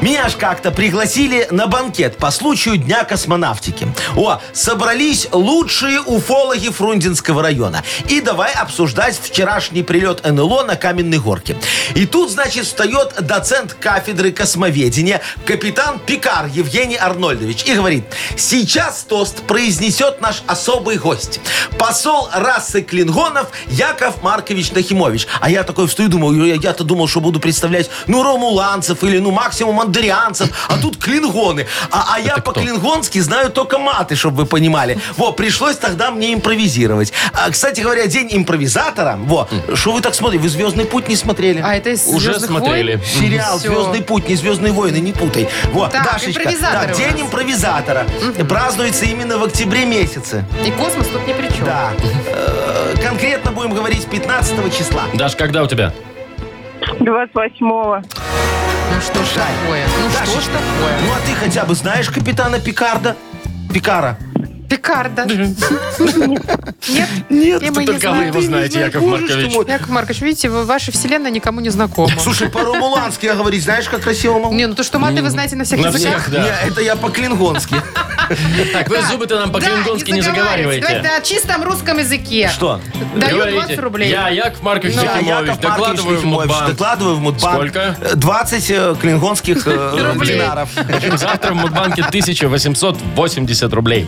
Speaker 4: Меня ж как-то пригласили на банкет по случаю Дня космонавтики. О, собрались лучшие уфологи Фрунзенского района. И давай обсуждать вчерашний прилет НЛО на Каменной горке. И тут, значит, встает доцент кафедры космоведения, капитан Пикар Евгений Арнольдович, и говорит, сейчас тост произнесет наш особый гость, посол расы клингонов Яков Маркович Нахимович. А я такой встаю, думаю, я- я-то думал, что буду представлять, ну, ромуланцев или, ну, максимум дарианцев, а тут клингоны. А, а я по-клингонски знаю только маты, чтобы вы понимали. Во, пришлось тогда мне импровизировать. А, кстати говоря, день импровизатора. Во, что вы так смотрите? Вы «Звездный путь» не смотрели?
Speaker 12: А это из
Speaker 2: Уже
Speaker 12: «Звездных
Speaker 2: смотрели.
Speaker 12: войн»?
Speaker 4: Сериал
Speaker 12: Всё.
Speaker 4: «Звездный путь», не «Звездные войны», не путай. Вот,
Speaker 12: Так,
Speaker 4: Дашечка.
Speaker 12: импровизаторы
Speaker 4: да,
Speaker 12: у
Speaker 4: День
Speaker 12: нас.
Speaker 4: импровизатора. Празднуется именно в октябре месяце.
Speaker 12: И космос тут ни при чем.
Speaker 4: Да. Э, Конкретно будем говорить 15 числа.
Speaker 2: Даш, когда у тебя?
Speaker 9: 28-го.
Speaker 12: Ну что ж такое? Ну что ж
Speaker 4: Дашечка,
Speaker 12: такое?
Speaker 4: Ну а ты хотя бы знаешь капитана Пикарда? Пикара.
Speaker 12: Пикарда. <laughs> Нет?
Speaker 4: Нет,
Speaker 12: Тема не
Speaker 2: Только вы
Speaker 12: знаю.
Speaker 2: его знаете, Яков Маркович.
Speaker 12: Яков Маркович, видите, вы- ваша вселенная никому не знакома.
Speaker 4: Слушай, по-ромулански я говорить, знаешь, как красиво могу?
Speaker 12: Не, ну то, что маты вы знаете на всех
Speaker 2: На
Speaker 12: языках.
Speaker 2: всех, да.
Speaker 4: Не, это
Speaker 2: <laughs>
Speaker 4: я по-клингонски. Ну,
Speaker 2: Так, вы зубы-то нам по-клингонски не
Speaker 12: Давайте
Speaker 2: заговариваете.
Speaker 12: на чистом русском языке.
Speaker 4: Что?
Speaker 12: Даю
Speaker 2: Говорите,
Speaker 12: 20 рублей. Ну,
Speaker 2: Я, Яков Маркович
Speaker 4: а Я,
Speaker 2: Якимович,
Speaker 4: Яков Маркович
Speaker 2: докладываю в
Speaker 4: Нахимович,
Speaker 2: Мудбанк.
Speaker 4: Докладываю в Мудбанк.
Speaker 2: Сколько?
Speaker 4: Э, 20 э, клингонских
Speaker 2: <laughs>
Speaker 4: э,
Speaker 12: Рублей.
Speaker 4: динаров.
Speaker 2: В общем, завтра в Мудбанке 1880 рублей.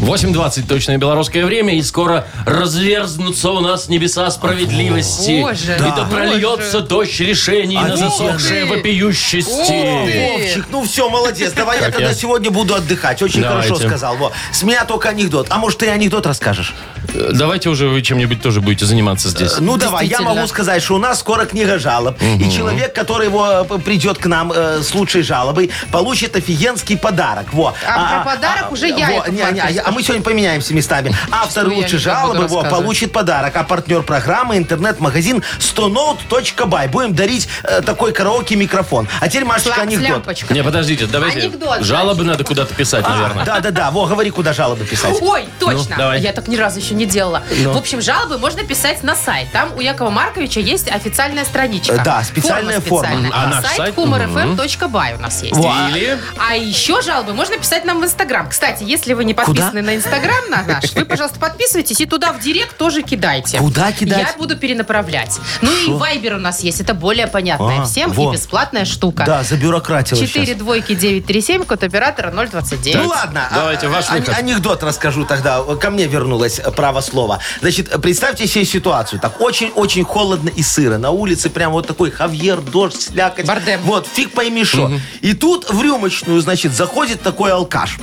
Speaker 2: 8.20 точное белорусское время, и скоро разверзнутся у нас небеса справедливости.
Speaker 12: Боже.
Speaker 2: и
Speaker 12: Да.
Speaker 2: да прольется дождь решений на
Speaker 4: Офигенно.
Speaker 2: засохшие
Speaker 12: Ух
Speaker 2: вопиющести.
Speaker 12: ты.
Speaker 4: Вовчик, ну все, молодец. Давай я
Speaker 2: Как
Speaker 4: тогда
Speaker 2: я?
Speaker 4: сегодня буду отдыхать. Очень
Speaker 2: Давайте.
Speaker 4: хорошо сказал. Во. С меня только анекдот. А может, ты анекдот расскажешь?
Speaker 2: Э, Давайте уже вы чем-нибудь тоже будете заниматься здесь.
Speaker 4: Ну давай, я
Speaker 12: Действительно.
Speaker 4: могу сказать, что у нас скоро книга жалоб. И человек, который его э, придет к нам э, с лучшей жалобой, получит офигенский подарок. Во.
Speaker 12: А про подарок уже я,
Speaker 4: во,
Speaker 12: Яков
Speaker 4: не, не, а
Speaker 12: Маркович.
Speaker 4: я- а мы сегодня поменяемся местами. Автор
Speaker 12: Что я
Speaker 4: лучшей
Speaker 12: не так буду
Speaker 4: жалобы во,
Speaker 12: рассказывать?
Speaker 4: получит подарок. А партнер программы интернет-магазин 100note.by. Будем дарить э, такой караоке-микрофон. А теперь, Машечка,
Speaker 12: Флаг с
Speaker 4: анекдот.
Speaker 12: лампочкой.
Speaker 2: Не, подождите, давайте.
Speaker 12: Анекдот,
Speaker 2: жалобы надо куда-то писать, наверное.
Speaker 4: А, Да, да, да. Во, говори, куда жалобы писать.
Speaker 3: Ой, точно.
Speaker 2: Ну, давай.
Speaker 3: Я так ни разу еще не делала.
Speaker 4: Ну.
Speaker 3: В общем, жалобы можно писать на сайт. Там у Якова Марковича есть официальная страничка.
Speaker 4: Э, да, специальная форма.
Speaker 2: А наш сайт?
Speaker 3: сайт humorfm.by у нас есть.
Speaker 4: Во.
Speaker 2: Или...
Speaker 3: А еще жалобы можно писать нам в Инстаграм. Кстати, если вы не подписаны
Speaker 4: Куда?
Speaker 3: на Инстаграм на наш, вы, пожалуйста, подписывайтесь и туда в Директ тоже кидайте.
Speaker 4: Куда кидать?
Speaker 3: Я буду перенаправлять. Ну и Вайбер у нас есть, это более понятная
Speaker 4: А,
Speaker 3: всем
Speaker 4: во.
Speaker 3: и бесплатная штука.
Speaker 4: Да, забюрократилась сейчас.
Speaker 3: 4 двойки 937, код оператора 029.
Speaker 4: Ну ладно, а-
Speaker 2: Давайте, ваш
Speaker 4: а-
Speaker 2: выход.
Speaker 4: анекдот расскажу тогда. Ко мне вернулось э, право слова. Значит, э, представьте себе ситуацию. Так очень-очень холодно и сыро. На улице прям вот такой хавьер, дождь, слякоть.
Speaker 12: Бардем.
Speaker 4: Вот, фиг пойми что. И тут в рюмочную, значит, заходит такой алкаш.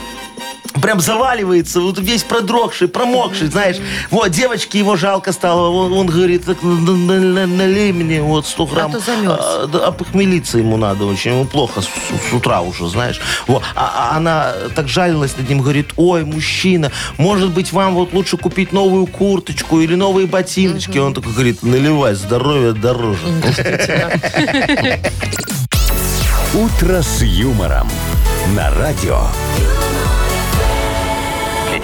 Speaker 4: Прям заваливается, вот весь продрогший, промокший, знаешь. Вот, девочке его жалко стало. Он, он говорит, «Так, на- на- на- налей мне вот 100 грамм.
Speaker 3: то замерз.
Speaker 4: А, да, а похмелиться ему надо очень, ему плохо с, с утра уже, знаешь. Во. А, а она так жалилась над ним, говорит, ой, мужчина, может быть, вам вот лучше купить новую курточку или новые ботиночки. Он такой говорит, наливай, здоровье дороже.
Speaker 1: «Утро с юмором» на радио.
Speaker 13: Для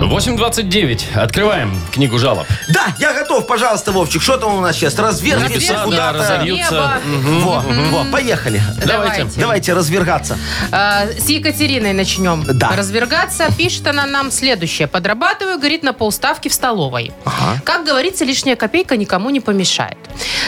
Speaker 2: 8.29. Открываем книгу жалоб.
Speaker 4: Да, я готов, пожалуйста, Вовчик, что там у нас сейчас? Развернемся
Speaker 2: Небеса, да,
Speaker 4: куда-то.
Speaker 2: разольются.
Speaker 4: Во, во, поехали.
Speaker 2: Давайте.
Speaker 4: Давайте развергаться.
Speaker 12: А, С Екатериной начнем.
Speaker 4: Да.
Speaker 12: Развергаться. Пишет она нам следующее. Подрабатываю, говорит, на полставки в столовой. Как говорится, лишняя копейка никому не помешает.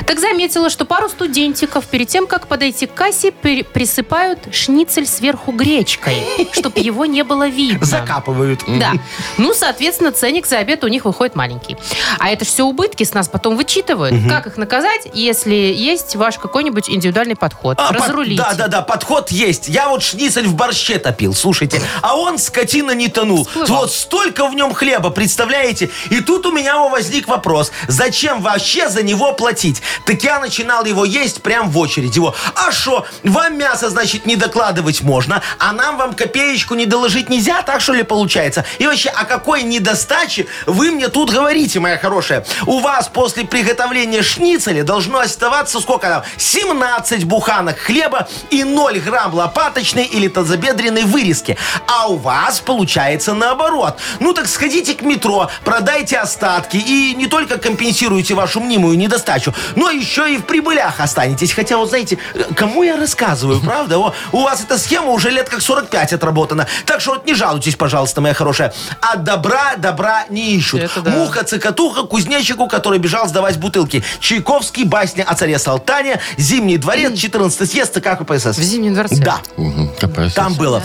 Speaker 12: Так заметила, что пару студентиков перед тем, как подойти к кассе, пер- присыпают шницель сверху гречкой, чтобы его не было видно.
Speaker 4: Закапывают.
Speaker 12: Да. Ну, соответственно, ценник за обед у них выходит маленький. А это все убытки с нас потом вычитывают. Как их наказать, если есть ваш какой-нибудь индивидуальный подход?
Speaker 4: А, под-
Speaker 12: Разрулите.
Speaker 4: да, да, да, подход есть. Я вот шницель в борще топил, слушайте. А он, скотина, не тонул.
Speaker 12: Всплывал.
Speaker 4: Вот столько в нем хлеба, представляете? И тут у меня возник вопрос. Зачем вообще за него платить? Так я начинал его есть прям в очередь. Его, а что, вам мясо, значит, не докладывать можно, а нам вам копеечку не доложить нельзя, так что ли получается? И вообще, о какой недостаче вы мне тут говорите, моя хорошая? У вас после приготовления шницеля должно оставаться сколько там? 17 буханок хлеба и 0 грамм лопаточной или тазобедренной вырезки. А у вас получается наоборот. Ну так сходите к метро, продайте остатки и не только компенсируете вашу мнимую недостачу, но еще и в прибылях останетесь. Хотя вот знаете, э, кому я рассказываю, правда? О, у вас эта схема уже лет как 45 отработана. Так что вот не жалуйтесь, пожалуйста, моя хорошая. А от добра добра не ищут.
Speaker 12: Это да.
Speaker 4: Муха, цикатуха, кузнечику, который бежал сдавать бутылки. Чайковский, басня о царе Салтане, Зимний дворец, 14 съезд ЦК КПСС.
Speaker 12: В Зимнем дворце?
Speaker 4: Да,
Speaker 2: Мгм, копаюсь.
Speaker 4: там было.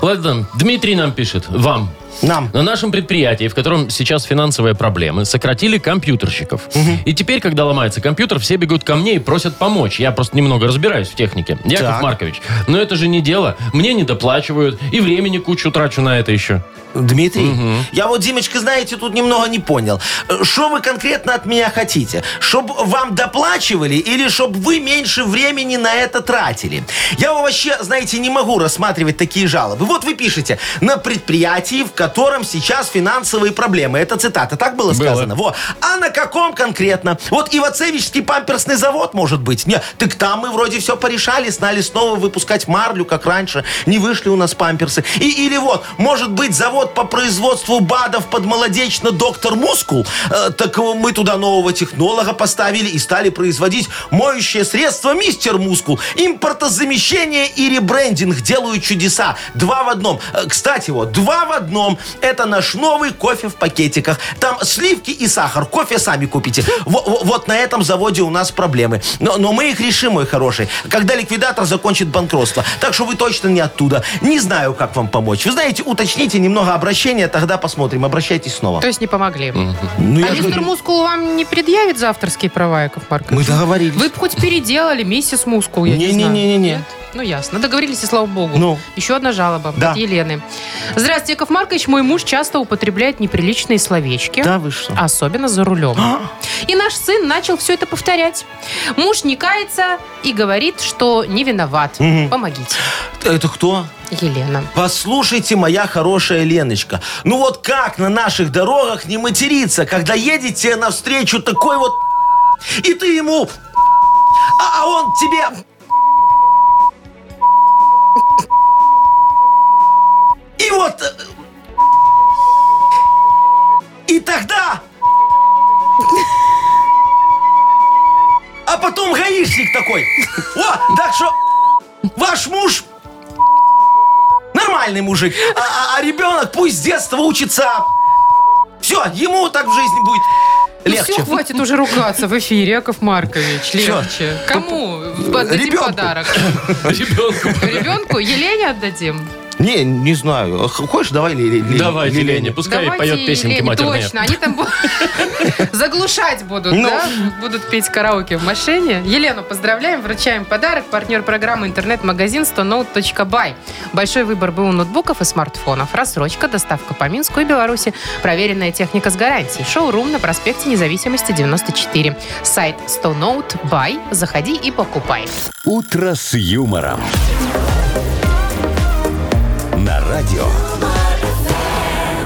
Speaker 2: Ладно, Дмитрий нам пишет. Вам.
Speaker 4: Нам.
Speaker 2: На нашем предприятии, в котором сейчас финансовые проблемы, сократили компьютерщиков. И теперь, когда ломается компьютер, все бегут ко мне и просят помочь. Я просто немного разбираюсь в технике. Яков
Speaker 4: Так.
Speaker 2: Маркович, но это же не дело. Мне не доплачивают, и времени кучу трачу на это еще.
Speaker 4: Дмитрий, я вот, Димочка, знаете, тут немного не понял. Э, Что вы конкретно от меня хотите? Чтобы вам доплачивали или чтобы вы меньше времени на это тратили? Я вообще, знаете, не могу рассматривать такие жалобы. Вот вы пишете, на предприятии, в котором сейчас финансовые проблемы. Это цитата, так было, сказано? Во. А на каком конкретно? Вот Ивацевичский памперсный завод, может быть? Нет, так там мы вроде все порешали, стали снова выпускать марлю, как раньше. Не вышли у нас памперсы. И, или вот, может быть, завод по производству БАДов под молодечно доктор Мускул? Э, так э, мы туда нового технолога поставили и стали производить моющее средство мистер Мускул. Импортозамещение и ребрендинг делают чудеса. Два в одном. Э, кстати, вот, два в одном. Это наш новый кофе в пакетиках. Там сливки и сахар. Кофе сами купите. Во- во- вот на этом заводе у нас проблемы. Но, но мы их решим, мой хороший. Когда ликвидатор закончит банкротство. Так что вы точно не оттуда. Не знаю, как вам помочь. Вы знаете, уточните немного обращения, тогда посмотрим. Обращайтесь снова.
Speaker 12: То есть не помогли.
Speaker 4: Ну,
Speaker 12: а
Speaker 4: ж
Speaker 12: мистер
Speaker 4: говорю,
Speaker 12: Мускул вам не предъявит за авторские права, Яков Маркович?
Speaker 4: мы договорились.
Speaker 12: Вы бы хоть переделали миссис Мускул, я не, знаю.
Speaker 4: Не-не-не-не-не.
Speaker 12: Нет? Ну, ясно. Договорились, и слава богу.
Speaker 4: Ну.
Speaker 12: Еще одна жалоба
Speaker 4: Да.
Speaker 12: от Елены. Здравствуйте, Яков Маркович. Мой муж часто употребляет неприличные словечки.
Speaker 4: Да А? вы что?
Speaker 12: Особенно за рулем. И наш сын начал все это повторять. Муж не кается и говорит, что не виноват.
Speaker 4: Мгм.
Speaker 12: Помогите.
Speaker 4: Это кто?
Speaker 12: Елена.
Speaker 4: Послушайте, моя хорошая Леночка, ну вот как на наших дорогах не материться, когда едете навстречу такой вот и ты ему, а а он тебе... И вот... э, И тогда... А потом гаишник такой. О, так что ваш муж Нормальный мужик. А, а- а ребенок пусть с детства учится. Все, ему так в жизни будет
Speaker 3: Ну,
Speaker 4: легче.
Speaker 12: все, Ну, хватит уже ругаться в эфире, Яков Маркович. Легче. Кому отдадим
Speaker 4: Ребенку.
Speaker 12: подарок?
Speaker 2: Ребенку.
Speaker 12: Ребенку? Елене отдадим?
Speaker 4: Не, не знаю. Х- Хочешь, давай ли, ли- ли-
Speaker 2: Давайте,
Speaker 4: ли-
Speaker 2: Леня, пускай
Speaker 12: Давайте
Speaker 2: поет песенки
Speaker 12: Елене,
Speaker 2: матерные.
Speaker 12: Точно, они там будут
Speaker 2: <laughs>
Speaker 12: заглушать будут,
Speaker 4: Ну.
Speaker 12: да? Будут петь караоке в машине. Елену поздравляем, вручаем подарок. Партнер программы интернет-магазин 100note.by. Большой выбор был ноутбуков и смартфонов. Рассрочка, доставка по Минску и Беларуси. Проверенная техника с гарантией. Шоурум на проспекте Независимости 94. Сайт 100note.by. Заходи и покупай.
Speaker 1: «Утро с юмором». На радио.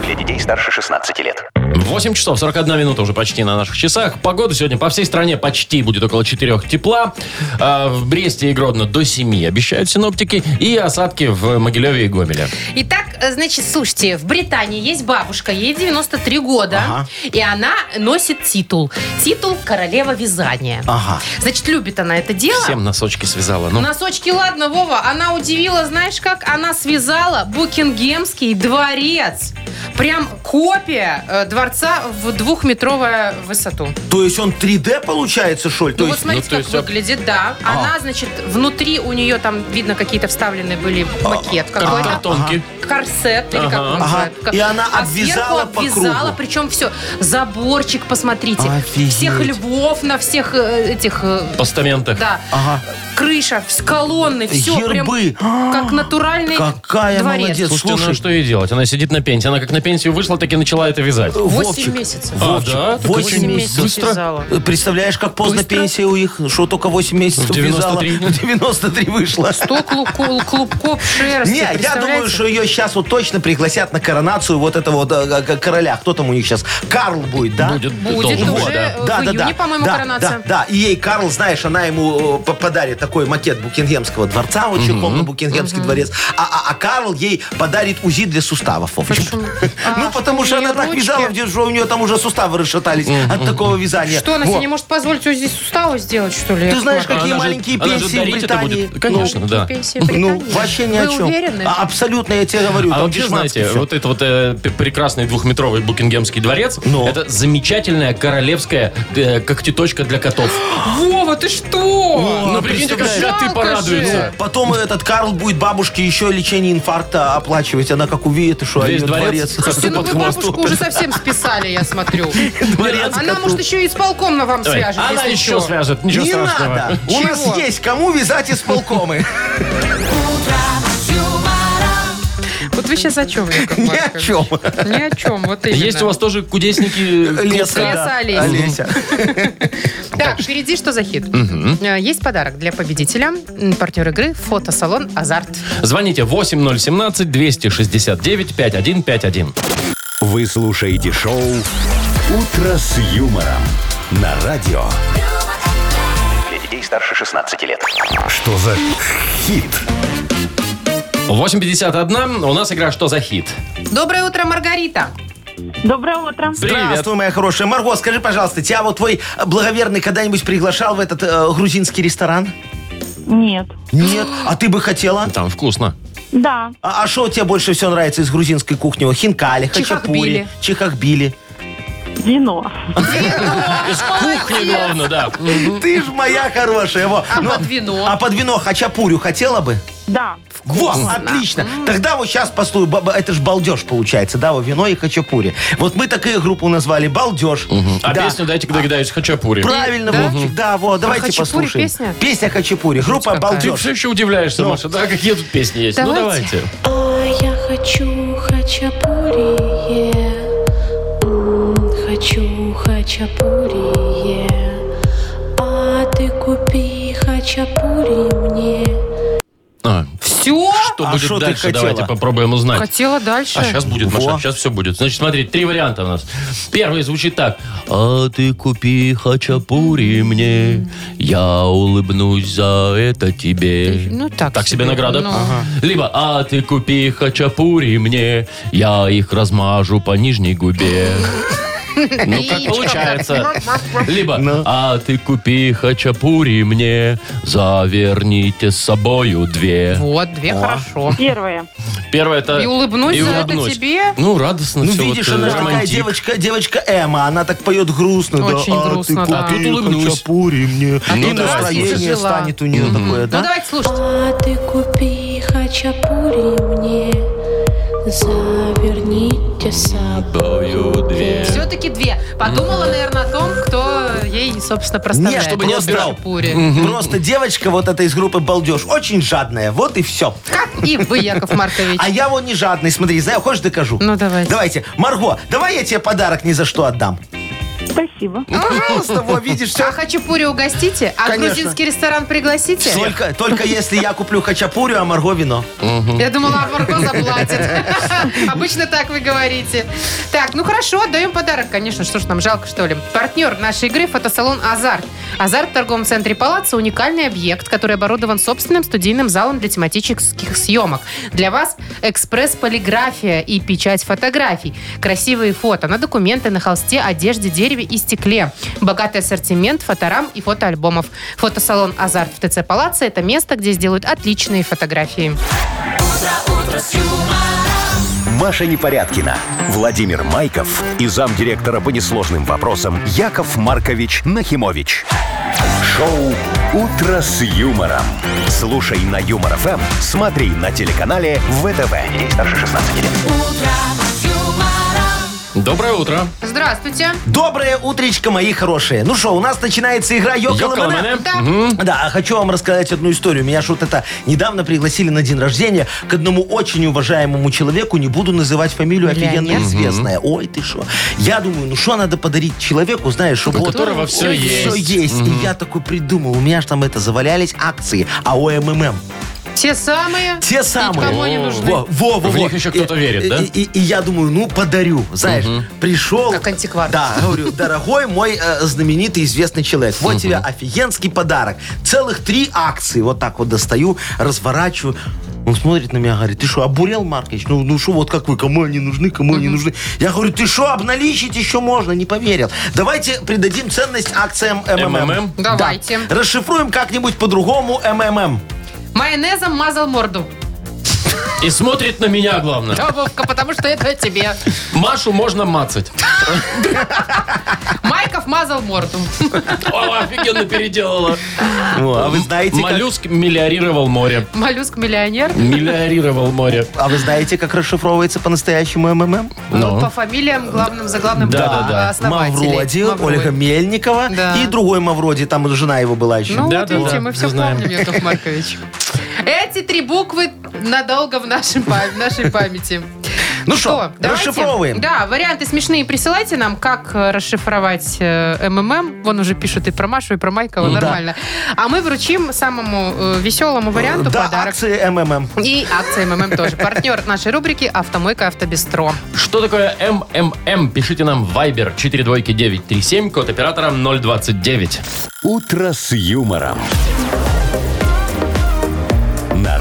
Speaker 13: Для детей старше 16 лет.
Speaker 2: 8 часов 41 минута уже почти на наших часах. Погода сегодня по всей стране почти будет около 4 тепла. А в Бресте и Гродно до 7 обещают синоптики. И осадки в Могилеве и Гомеле.
Speaker 3: Итак, э, значит, слушайте, в Британии есть бабушка, ей 93 года, и она носит титул. Титул королева вязания.
Speaker 4: Ага.
Speaker 3: Значит, любит она это дело.
Speaker 2: А. Всем носочки связала. Ну,
Speaker 3: Носочки, ладно, Вова, она удивила, знаешь как? Она связала Букингемский дворец. Прям копия э, дворца в двухметровую высоту.
Speaker 4: То есть он 3D получается, что ли? То
Speaker 3: ну вот
Speaker 4: есть...
Speaker 3: смотрите,
Speaker 2: ну, то
Speaker 3: как
Speaker 2: есть, а-
Speaker 3: выглядит, да. Она, значит, внутри у нее там, видно, какие-то вставленные были
Speaker 2: А.
Speaker 3: макет
Speaker 2: кар-
Speaker 3: какой-то.
Speaker 2: картонки.
Speaker 3: Корсет, или как
Speaker 2: Ага.
Speaker 3: он называет.
Speaker 4: Ага. И она
Speaker 3: А сверху
Speaker 4: обвязала по
Speaker 3: обвязала,
Speaker 4: кругу.
Speaker 3: причем все. Заборчик, посмотрите.
Speaker 4: Офигеть.
Speaker 3: Всех львов на всех э, этих... э,
Speaker 2: постаментах.
Speaker 3: Да.
Speaker 4: Ага.
Speaker 3: Крыша, с колонны, все
Speaker 4: А. Гербы.
Speaker 3: прям как натуральный
Speaker 4: Какая
Speaker 3: дворец.
Speaker 4: молодец.
Speaker 2: Слушайте, ну а
Speaker 4: Слушай.
Speaker 2: что ей делать? Она сидит на пенсии. Она как на пенсию вышла, так и начала это вязать.
Speaker 4: Вовчик,
Speaker 3: Восемь месяцев.
Speaker 2: А, да? Так
Speaker 4: восемь
Speaker 2: очень
Speaker 4: месяцев.
Speaker 2: быстро.
Speaker 3: вязала.
Speaker 4: э, Представляешь, как поздно
Speaker 3: Быстро.
Speaker 4: пенсия у них, что только 8 месяцев
Speaker 2: В 93.
Speaker 4: вязала. В 93 вышла.
Speaker 12: То клубко- клубков шерсти,
Speaker 4: Не, я думаю,
Speaker 12: представляете?
Speaker 4: что ее сейчас вот точно пригласят на коронацию вот этого вот, э, к- короля. Кто там у них сейчас? Карл будет, да?
Speaker 2: Будет,
Speaker 3: Будет
Speaker 2: должен
Speaker 3: уже.
Speaker 2: быть, да.
Speaker 3: в июне, по-моему,
Speaker 4: да,
Speaker 3: коронация.
Speaker 4: Да, да, и ей Карл, знаешь, она ему э, по- подарит такой макет Букингемского дворца, очень помню, Букингемский дворец. А, а- а Карл ей подарит УЗИ для суставов, Вовчик. <laughs> Ну,
Speaker 3: А,
Speaker 4: потому что
Speaker 3: у неё
Speaker 4: она так
Speaker 3: ручки?
Speaker 4: вязала, где же у нее там уже суставы расшатались от такого вязания.
Speaker 3: Что, она
Speaker 4: Во.
Speaker 3: себе не может позволить здесь суставы сделать, что ли?
Speaker 4: Ты
Speaker 3: Яков
Speaker 4: знаешь,
Speaker 3: Маркович?
Speaker 4: какие
Speaker 2: Она же-
Speaker 4: маленькие
Speaker 2: она же
Speaker 4: пенсии в
Speaker 2: дарить это
Speaker 4: Британии.
Speaker 2: будет? Конечно,
Speaker 3: Ну,
Speaker 2: да.
Speaker 3: пенсии
Speaker 4: Ну,
Speaker 3: Британии.
Speaker 4: вообще ни о
Speaker 3: Вы
Speaker 4: чем.
Speaker 3: уверены?
Speaker 4: А, Абсолютно, я тебе говорю.
Speaker 2: А
Speaker 4: там
Speaker 2: вообще,
Speaker 4: дешмански
Speaker 2: знаете,
Speaker 4: всё.
Speaker 2: вот это вот э, п- прекрасный двухметровый Букингемский дворец,
Speaker 4: Ну.
Speaker 2: это замечательная королевская э, когтеточка для котов.
Speaker 3: Вова, ты
Speaker 4: А,
Speaker 3: что?
Speaker 2: ну, прикиньте, как
Speaker 3: представляешь?
Speaker 2: коты
Speaker 3: Жалко
Speaker 2: порадуются.
Speaker 3: же.
Speaker 4: Потом этот Карл будет бабушке еще лечение инфаркта оплачивать. Она как увидит, что
Speaker 2: Весь
Speaker 4: ее
Speaker 2: дворец.
Speaker 4: дворец.
Speaker 3: Слушайте, ну
Speaker 2: Под
Speaker 3: вы
Speaker 2: хвост.
Speaker 3: бабушку уже совсем списали, я
Speaker 4: <laughs>
Speaker 3: смотрю.
Speaker 4: Дворец
Speaker 3: Она,
Speaker 4: коту.
Speaker 3: может, еще и с полком на вам
Speaker 2: Давай.
Speaker 3: свяжет.
Speaker 2: Она
Speaker 3: если
Speaker 2: еще
Speaker 3: что.
Speaker 2: свяжет, ничего
Speaker 4: Не
Speaker 2: страшного.
Speaker 4: надо. У нас
Speaker 3: Чего?
Speaker 4: есть кому вязать исполкомы.
Speaker 3: Вот вы сейчас о чем, Яков
Speaker 4: Ни о
Speaker 3: Маркович?
Speaker 4: чем.
Speaker 3: Ни о чем, вот именно.
Speaker 2: Есть у вас тоже кудесники
Speaker 4: Леса.
Speaker 3: Леса,
Speaker 4: да.
Speaker 3: Олеся.
Speaker 4: Олеся.
Speaker 3: Так, впереди что за хит? Э, Есть подарок для победителя. М, Партнер игры фотосалон «Азарт».
Speaker 2: Звоните 8017-269-5151.
Speaker 1: Вы слушаете шоу «Утро с юмором» на радио.
Speaker 13: Для детей старше 16 лет.
Speaker 1: Что за хит?
Speaker 2: 8.51. У нас игра «Что за хит?».
Speaker 3: Доброе утро, Маргарита.
Speaker 9: Доброе утро.
Speaker 2: Привет.
Speaker 4: Здравствуй, моя хорошая. Марго, скажи, пожалуйста, тебя вот твой благоверный когда-нибудь приглашал в этот э, грузинский ресторан?
Speaker 9: Нет.
Speaker 4: Нет. А ты бы хотела?
Speaker 2: Там вкусно.
Speaker 9: Да.
Speaker 4: А что тебе больше всего нравится из грузинской кухни? Хинкали, хачапури,
Speaker 3: Чихакбили.
Speaker 4: чихакбили.
Speaker 9: Вино.
Speaker 2: Из кухни, главное, да.
Speaker 4: Ты ж моя хорошая. Во.
Speaker 3: А
Speaker 4: Ну,
Speaker 3: под вино?
Speaker 4: А под вино хачапурю хотела бы?
Speaker 9: Да.
Speaker 4: Во, отлично. Тогда вот сейчас послую, ба- ба- это ж балдеж получается, да, во, вино и хачапури. Вот мы так и группу назвали «Балдеж».
Speaker 2: А
Speaker 4: Да.
Speaker 2: песню дайте-ка догадаюсь. Хачапури.
Speaker 4: Правильно,
Speaker 3: Да?
Speaker 4: Вовчик, да, вот, давайте
Speaker 3: «Хачапури»
Speaker 4: послушаем.
Speaker 3: песня?
Speaker 4: Песня «Хачапури», группа
Speaker 3: какая.
Speaker 2: Ты
Speaker 4: «Балдеж».
Speaker 2: все еще удивляешься,
Speaker 4: Ну.
Speaker 2: Маша, да? Какие тут песни есть? Ну,
Speaker 3: Давайте.
Speaker 2: давайте.
Speaker 5: А я хочу хачапурие, М, хочу хачапурие. А ты купи хачапури мне.
Speaker 2: А,
Speaker 3: Все?
Speaker 2: Что
Speaker 4: А
Speaker 2: будет
Speaker 4: что ты
Speaker 2: дальше?
Speaker 4: хотела?
Speaker 2: Давайте попробуем узнать.
Speaker 3: Хотела дальше.
Speaker 2: А сейчас будет,
Speaker 4: Во.
Speaker 2: Маша, сейчас все будет. Значит, смотри, три варианта у нас. Первый звучит так. А ты купи хачапури мне, я улыбнусь за это тебе.
Speaker 3: Ну, так
Speaker 2: Так себе
Speaker 3: себе.
Speaker 2: награда.
Speaker 3: Ну. Ага.
Speaker 2: Либо а ты купи хачапури мне, я их размажу по нижней
Speaker 3: <laughs>
Speaker 2: губе. Ну, как
Speaker 3: Яичком.
Speaker 2: получается. Либо, а ты купи хачапури мне, заверните с собою две.
Speaker 3: Вот, две хорошо.
Speaker 9: Первое.
Speaker 2: Первое это...
Speaker 3: И улыбнусь за это тебе?
Speaker 2: Ну, радостно
Speaker 4: Ну,
Speaker 2: все.
Speaker 4: видишь,
Speaker 2: вот, э,
Speaker 4: она же такая
Speaker 2: романтик.
Speaker 4: девочка, девочка Эма, она так поет грустно.
Speaker 3: Очень
Speaker 4: да,
Speaker 3: грустно,
Speaker 4: а ты
Speaker 3: да. А
Speaker 4: купи
Speaker 2: А тут улыбнусь.
Speaker 4: хачапури мне.
Speaker 2: Ну,
Speaker 4: и
Speaker 2: да.
Speaker 4: настроение
Speaker 3: Слушай, жила.
Speaker 4: станет у нее такое,
Speaker 3: Ну,
Speaker 4: да?
Speaker 3: давайте слушать.
Speaker 5: А ты купи хачапури мне, заверните с собой.
Speaker 2: Бою две.
Speaker 3: Все-таки две. Подумала, наверное, о том, кто ей, собственно, проставляет.
Speaker 4: чтобы не
Speaker 3: Просто
Speaker 4: отбирал.
Speaker 3: шапури.
Speaker 4: Просто девочка вот эта из группы «Балдеж» очень жадная, вот и все.
Speaker 3: Как и вы,
Speaker 4: <laughs>
Speaker 3: Яков Маркович.
Speaker 4: А я вот не жадный, смотри, знаю, хочешь докажу?
Speaker 3: Ну, давайте.
Speaker 4: Давайте. Марго, давай я тебе подарок ни за что отдам.
Speaker 9: Спасибо.
Speaker 4: Пожалуйста, вот видишь,
Speaker 3: А
Speaker 4: все.
Speaker 3: хачапури угостите? А
Speaker 4: Конечно.
Speaker 3: грузинский ресторан пригласите?
Speaker 4: Только, только если я куплю хачапурю, а Марго вино.
Speaker 3: Я думала, а Марго заплатит. <laughs> Обычно так вы говорите. Так, ну хорошо, отдаем подарок, конечно. Что ж нам, жалко, что ли? Партнер нашей игры – фотосалон «Азарт». «Азарт» в торговом центре «Палаца» – уникальный объект, который оборудован собственным студийным залом для тематических съемок. Для вас экспресс-полиграфия и печать фотографий. Красивые фото на документы, на холсте, одежде, дереве и стекле. Богатый ассортимент фоторам и фотоальбомов. Фотосалон «Азарт» в ТЦ «Палаца» – это место, где сделают отличные фотографии.
Speaker 1: Маша Непорядкина, Владимир Майков и замдиректора по несложным вопросам Яков Маркович Нахимович. Шоу «Утро с юмором». Слушай на Юмор ФМ, смотри на телеканале ВТВ. Ей старше 16 лет.
Speaker 2: Доброе утро.
Speaker 3: Здравствуйте.
Speaker 4: Доброе утречко, мои хорошие. Ну что, у нас начинается игра Йоколомане.
Speaker 2: Йоколомане.
Speaker 3: Да.
Speaker 4: Да, а хочу вам рассказать одну историю. Меня что-то это недавно пригласили на день рождения к одному очень уважаемому человеку, не буду называть фамилию, офигенно
Speaker 3: Миллионер?
Speaker 4: известная. Ой, ты что? Я думаю, ну что надо подарить человеку, знаешь,
Speaker 2: У
Speaker 4: чтобы вот-
Speaker 2: которого всё
Speaker 4: Всё
Speaker 2: есть.
Speaker 4: есть. И я такой придумал, у меня же там это завалялись акции, а МММ.
Speaker 3: Те самые?
Speaker 4: Те самые.
Speaker 3: Никому они нужны.
Speaker 4: Во, во, во,
Speaker 2: В
Speaker 4: во.
Speaker 2: них еще кто-то
Speaker 4: И-
Speaker 2: верит, да?
Speaker 4: И, и- и я думаю, ну, подарю, знаешь. Пришел...
Speaker 3: Как антиквар.
Speaker 4: Да, говорю, дорогой мой э, знаменитый известный человек, вот тебе офигенский подарок. Целых три акции вот так вот достаю, разворачиваю. Он смотрит на меня, говорит, ты что, обурел, Маркович? Ну, ну что, вот как вы, кому они нужны, кому они нужны? Я говорю, ты что, обналичить еще можно? Не поверил. Давайте придадим ценность акциям МММ.
Speaker 2: МММ?
Speaker 4: Да.
Speaker 3: Давайте.
Speaker 4: Расшифруем как-нибудь по-другому МММ.
Speaker 3: Майонезом мазал морду. <laughs>
Speaker 2: И смотрит на меня, главное.
Speaker 3: Да, Вовка, потому что это тебе.
Speaker 2: Машу можно мацать. <laughs>
Speaker 3: Майков мазал морду.
Speaker 2: О, офигенно переделала.
Speaker 4: Во, А вы знаете, как-
Speaker 2: Моллюск миллиорировал море.
Speaker 3: Моллюск-миллионер.
Speaker 2: Миллиорировал море.
Speaker 4: А вы знаете, как расшифровывается по-настоящему МММ?
Speaker 2: Ну.
Speaker 3: Ну, по фамилиям главным, заглавным
Speaker 2: Да, да, да.
Speaker 3: основателей.
Speaker 4: Мавроди,
Speaker 3: Мавроди.
Speaker 4: Ольга Мельникова
Speaker 3: Да.
Speaker 4: и другой Мавроди, там жена его была еще.
Speaker 3: Ну,
Speaker 2: Да,
Speaker 3: вот
Speaker 2: да,
Speaker 3: видите,
Speaker 2: да,
Speaker 3: мы все
Speaker 2: знаем.
Speaker 3: помним, Яков Маркович. Эти три буквы надолго в, нашем, пам- в нашей памяти.
Speaker 4: Ну что,
Speaker 3: давайте-
Speaker 4: расшифровываем.
Speaker 3: Да, варианты смешные присылайте нам, как э, расшифровать э, МММ. Вон уже пишут и про Машу, и про Майкова,
Speaker 4: да.
Speaker 3: нормально. А мы вручим самому э, веселому варианту
Speaker 4: Да,
Speaker 3: подарок.
Speaker 4: акции МММ.
Speaker 3: И акция МММ тоже. Партнер нашей рубрики «Автомойка Автобестро».
Speaker 2: Что такое МММ? Пишите нам в Viber 42937, код оператора 029.
Speaker 1: «Утро с юмором». На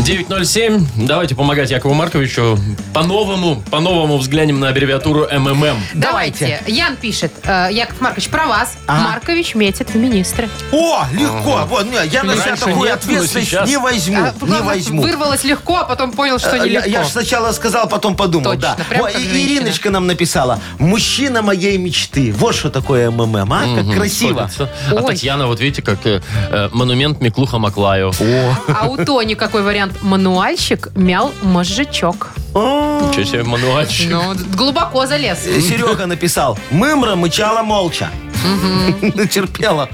Speaker 2: 907. Давайте помогать Якову Марковичу. По-новому, по-новому взглянем на аббревиатуру МММ.
Speaker 3: Давайте. Ян пишет. э, Яков Маркович, про вас.
Speaker 4: Ага.
Speaker 3: Маркович метит в министры.
Speaker 4: О, легко. Вот, не, я на себя
Speaker 2: Раньше
Speaker 4: такую
Speaker 2: нет, но
Speaker 4: ответственность
Speaker 2: сейчас-
Speaker 4: не возьму.
Speaker 3: А,
Speaker 4: не
Speaker 3: главное,
Speaker 4: возьму.
Speaker 3: Вырвалось легко, а потом понял, что
Speaker 4: А, Я,
Speaker 3: нелегко.
Speaker 4: же сначала сказал, потом подумал,
Speaker 3: Точно,
Speaker 4: да.
Speaker 3: прям
Speaker 4: Во,
Speaker 3: как
Speaker 4: и-
Speaker 3: женщина.
Speaker 4: Ириночка нам написала: мужчина моей мечты. Вот что такое МММ, а? Как красиво.
Speaker 2: Сходится. А
Speaker 3: Ой.
Speaker 2: Татьяна, вот видите, как э, э, монумент Миклуха Маклаю.
Speaker 3: А у Тони какой вариант? Мануальщик мял мозжечок.
Speaker 4: О,
Speaker 2: Ничего себе, мануальщик.
Speaker 3: Ну, глубоко залез.
Speaker 4: Серега написал: Мымра мычала молча. <laughs> Натерпела.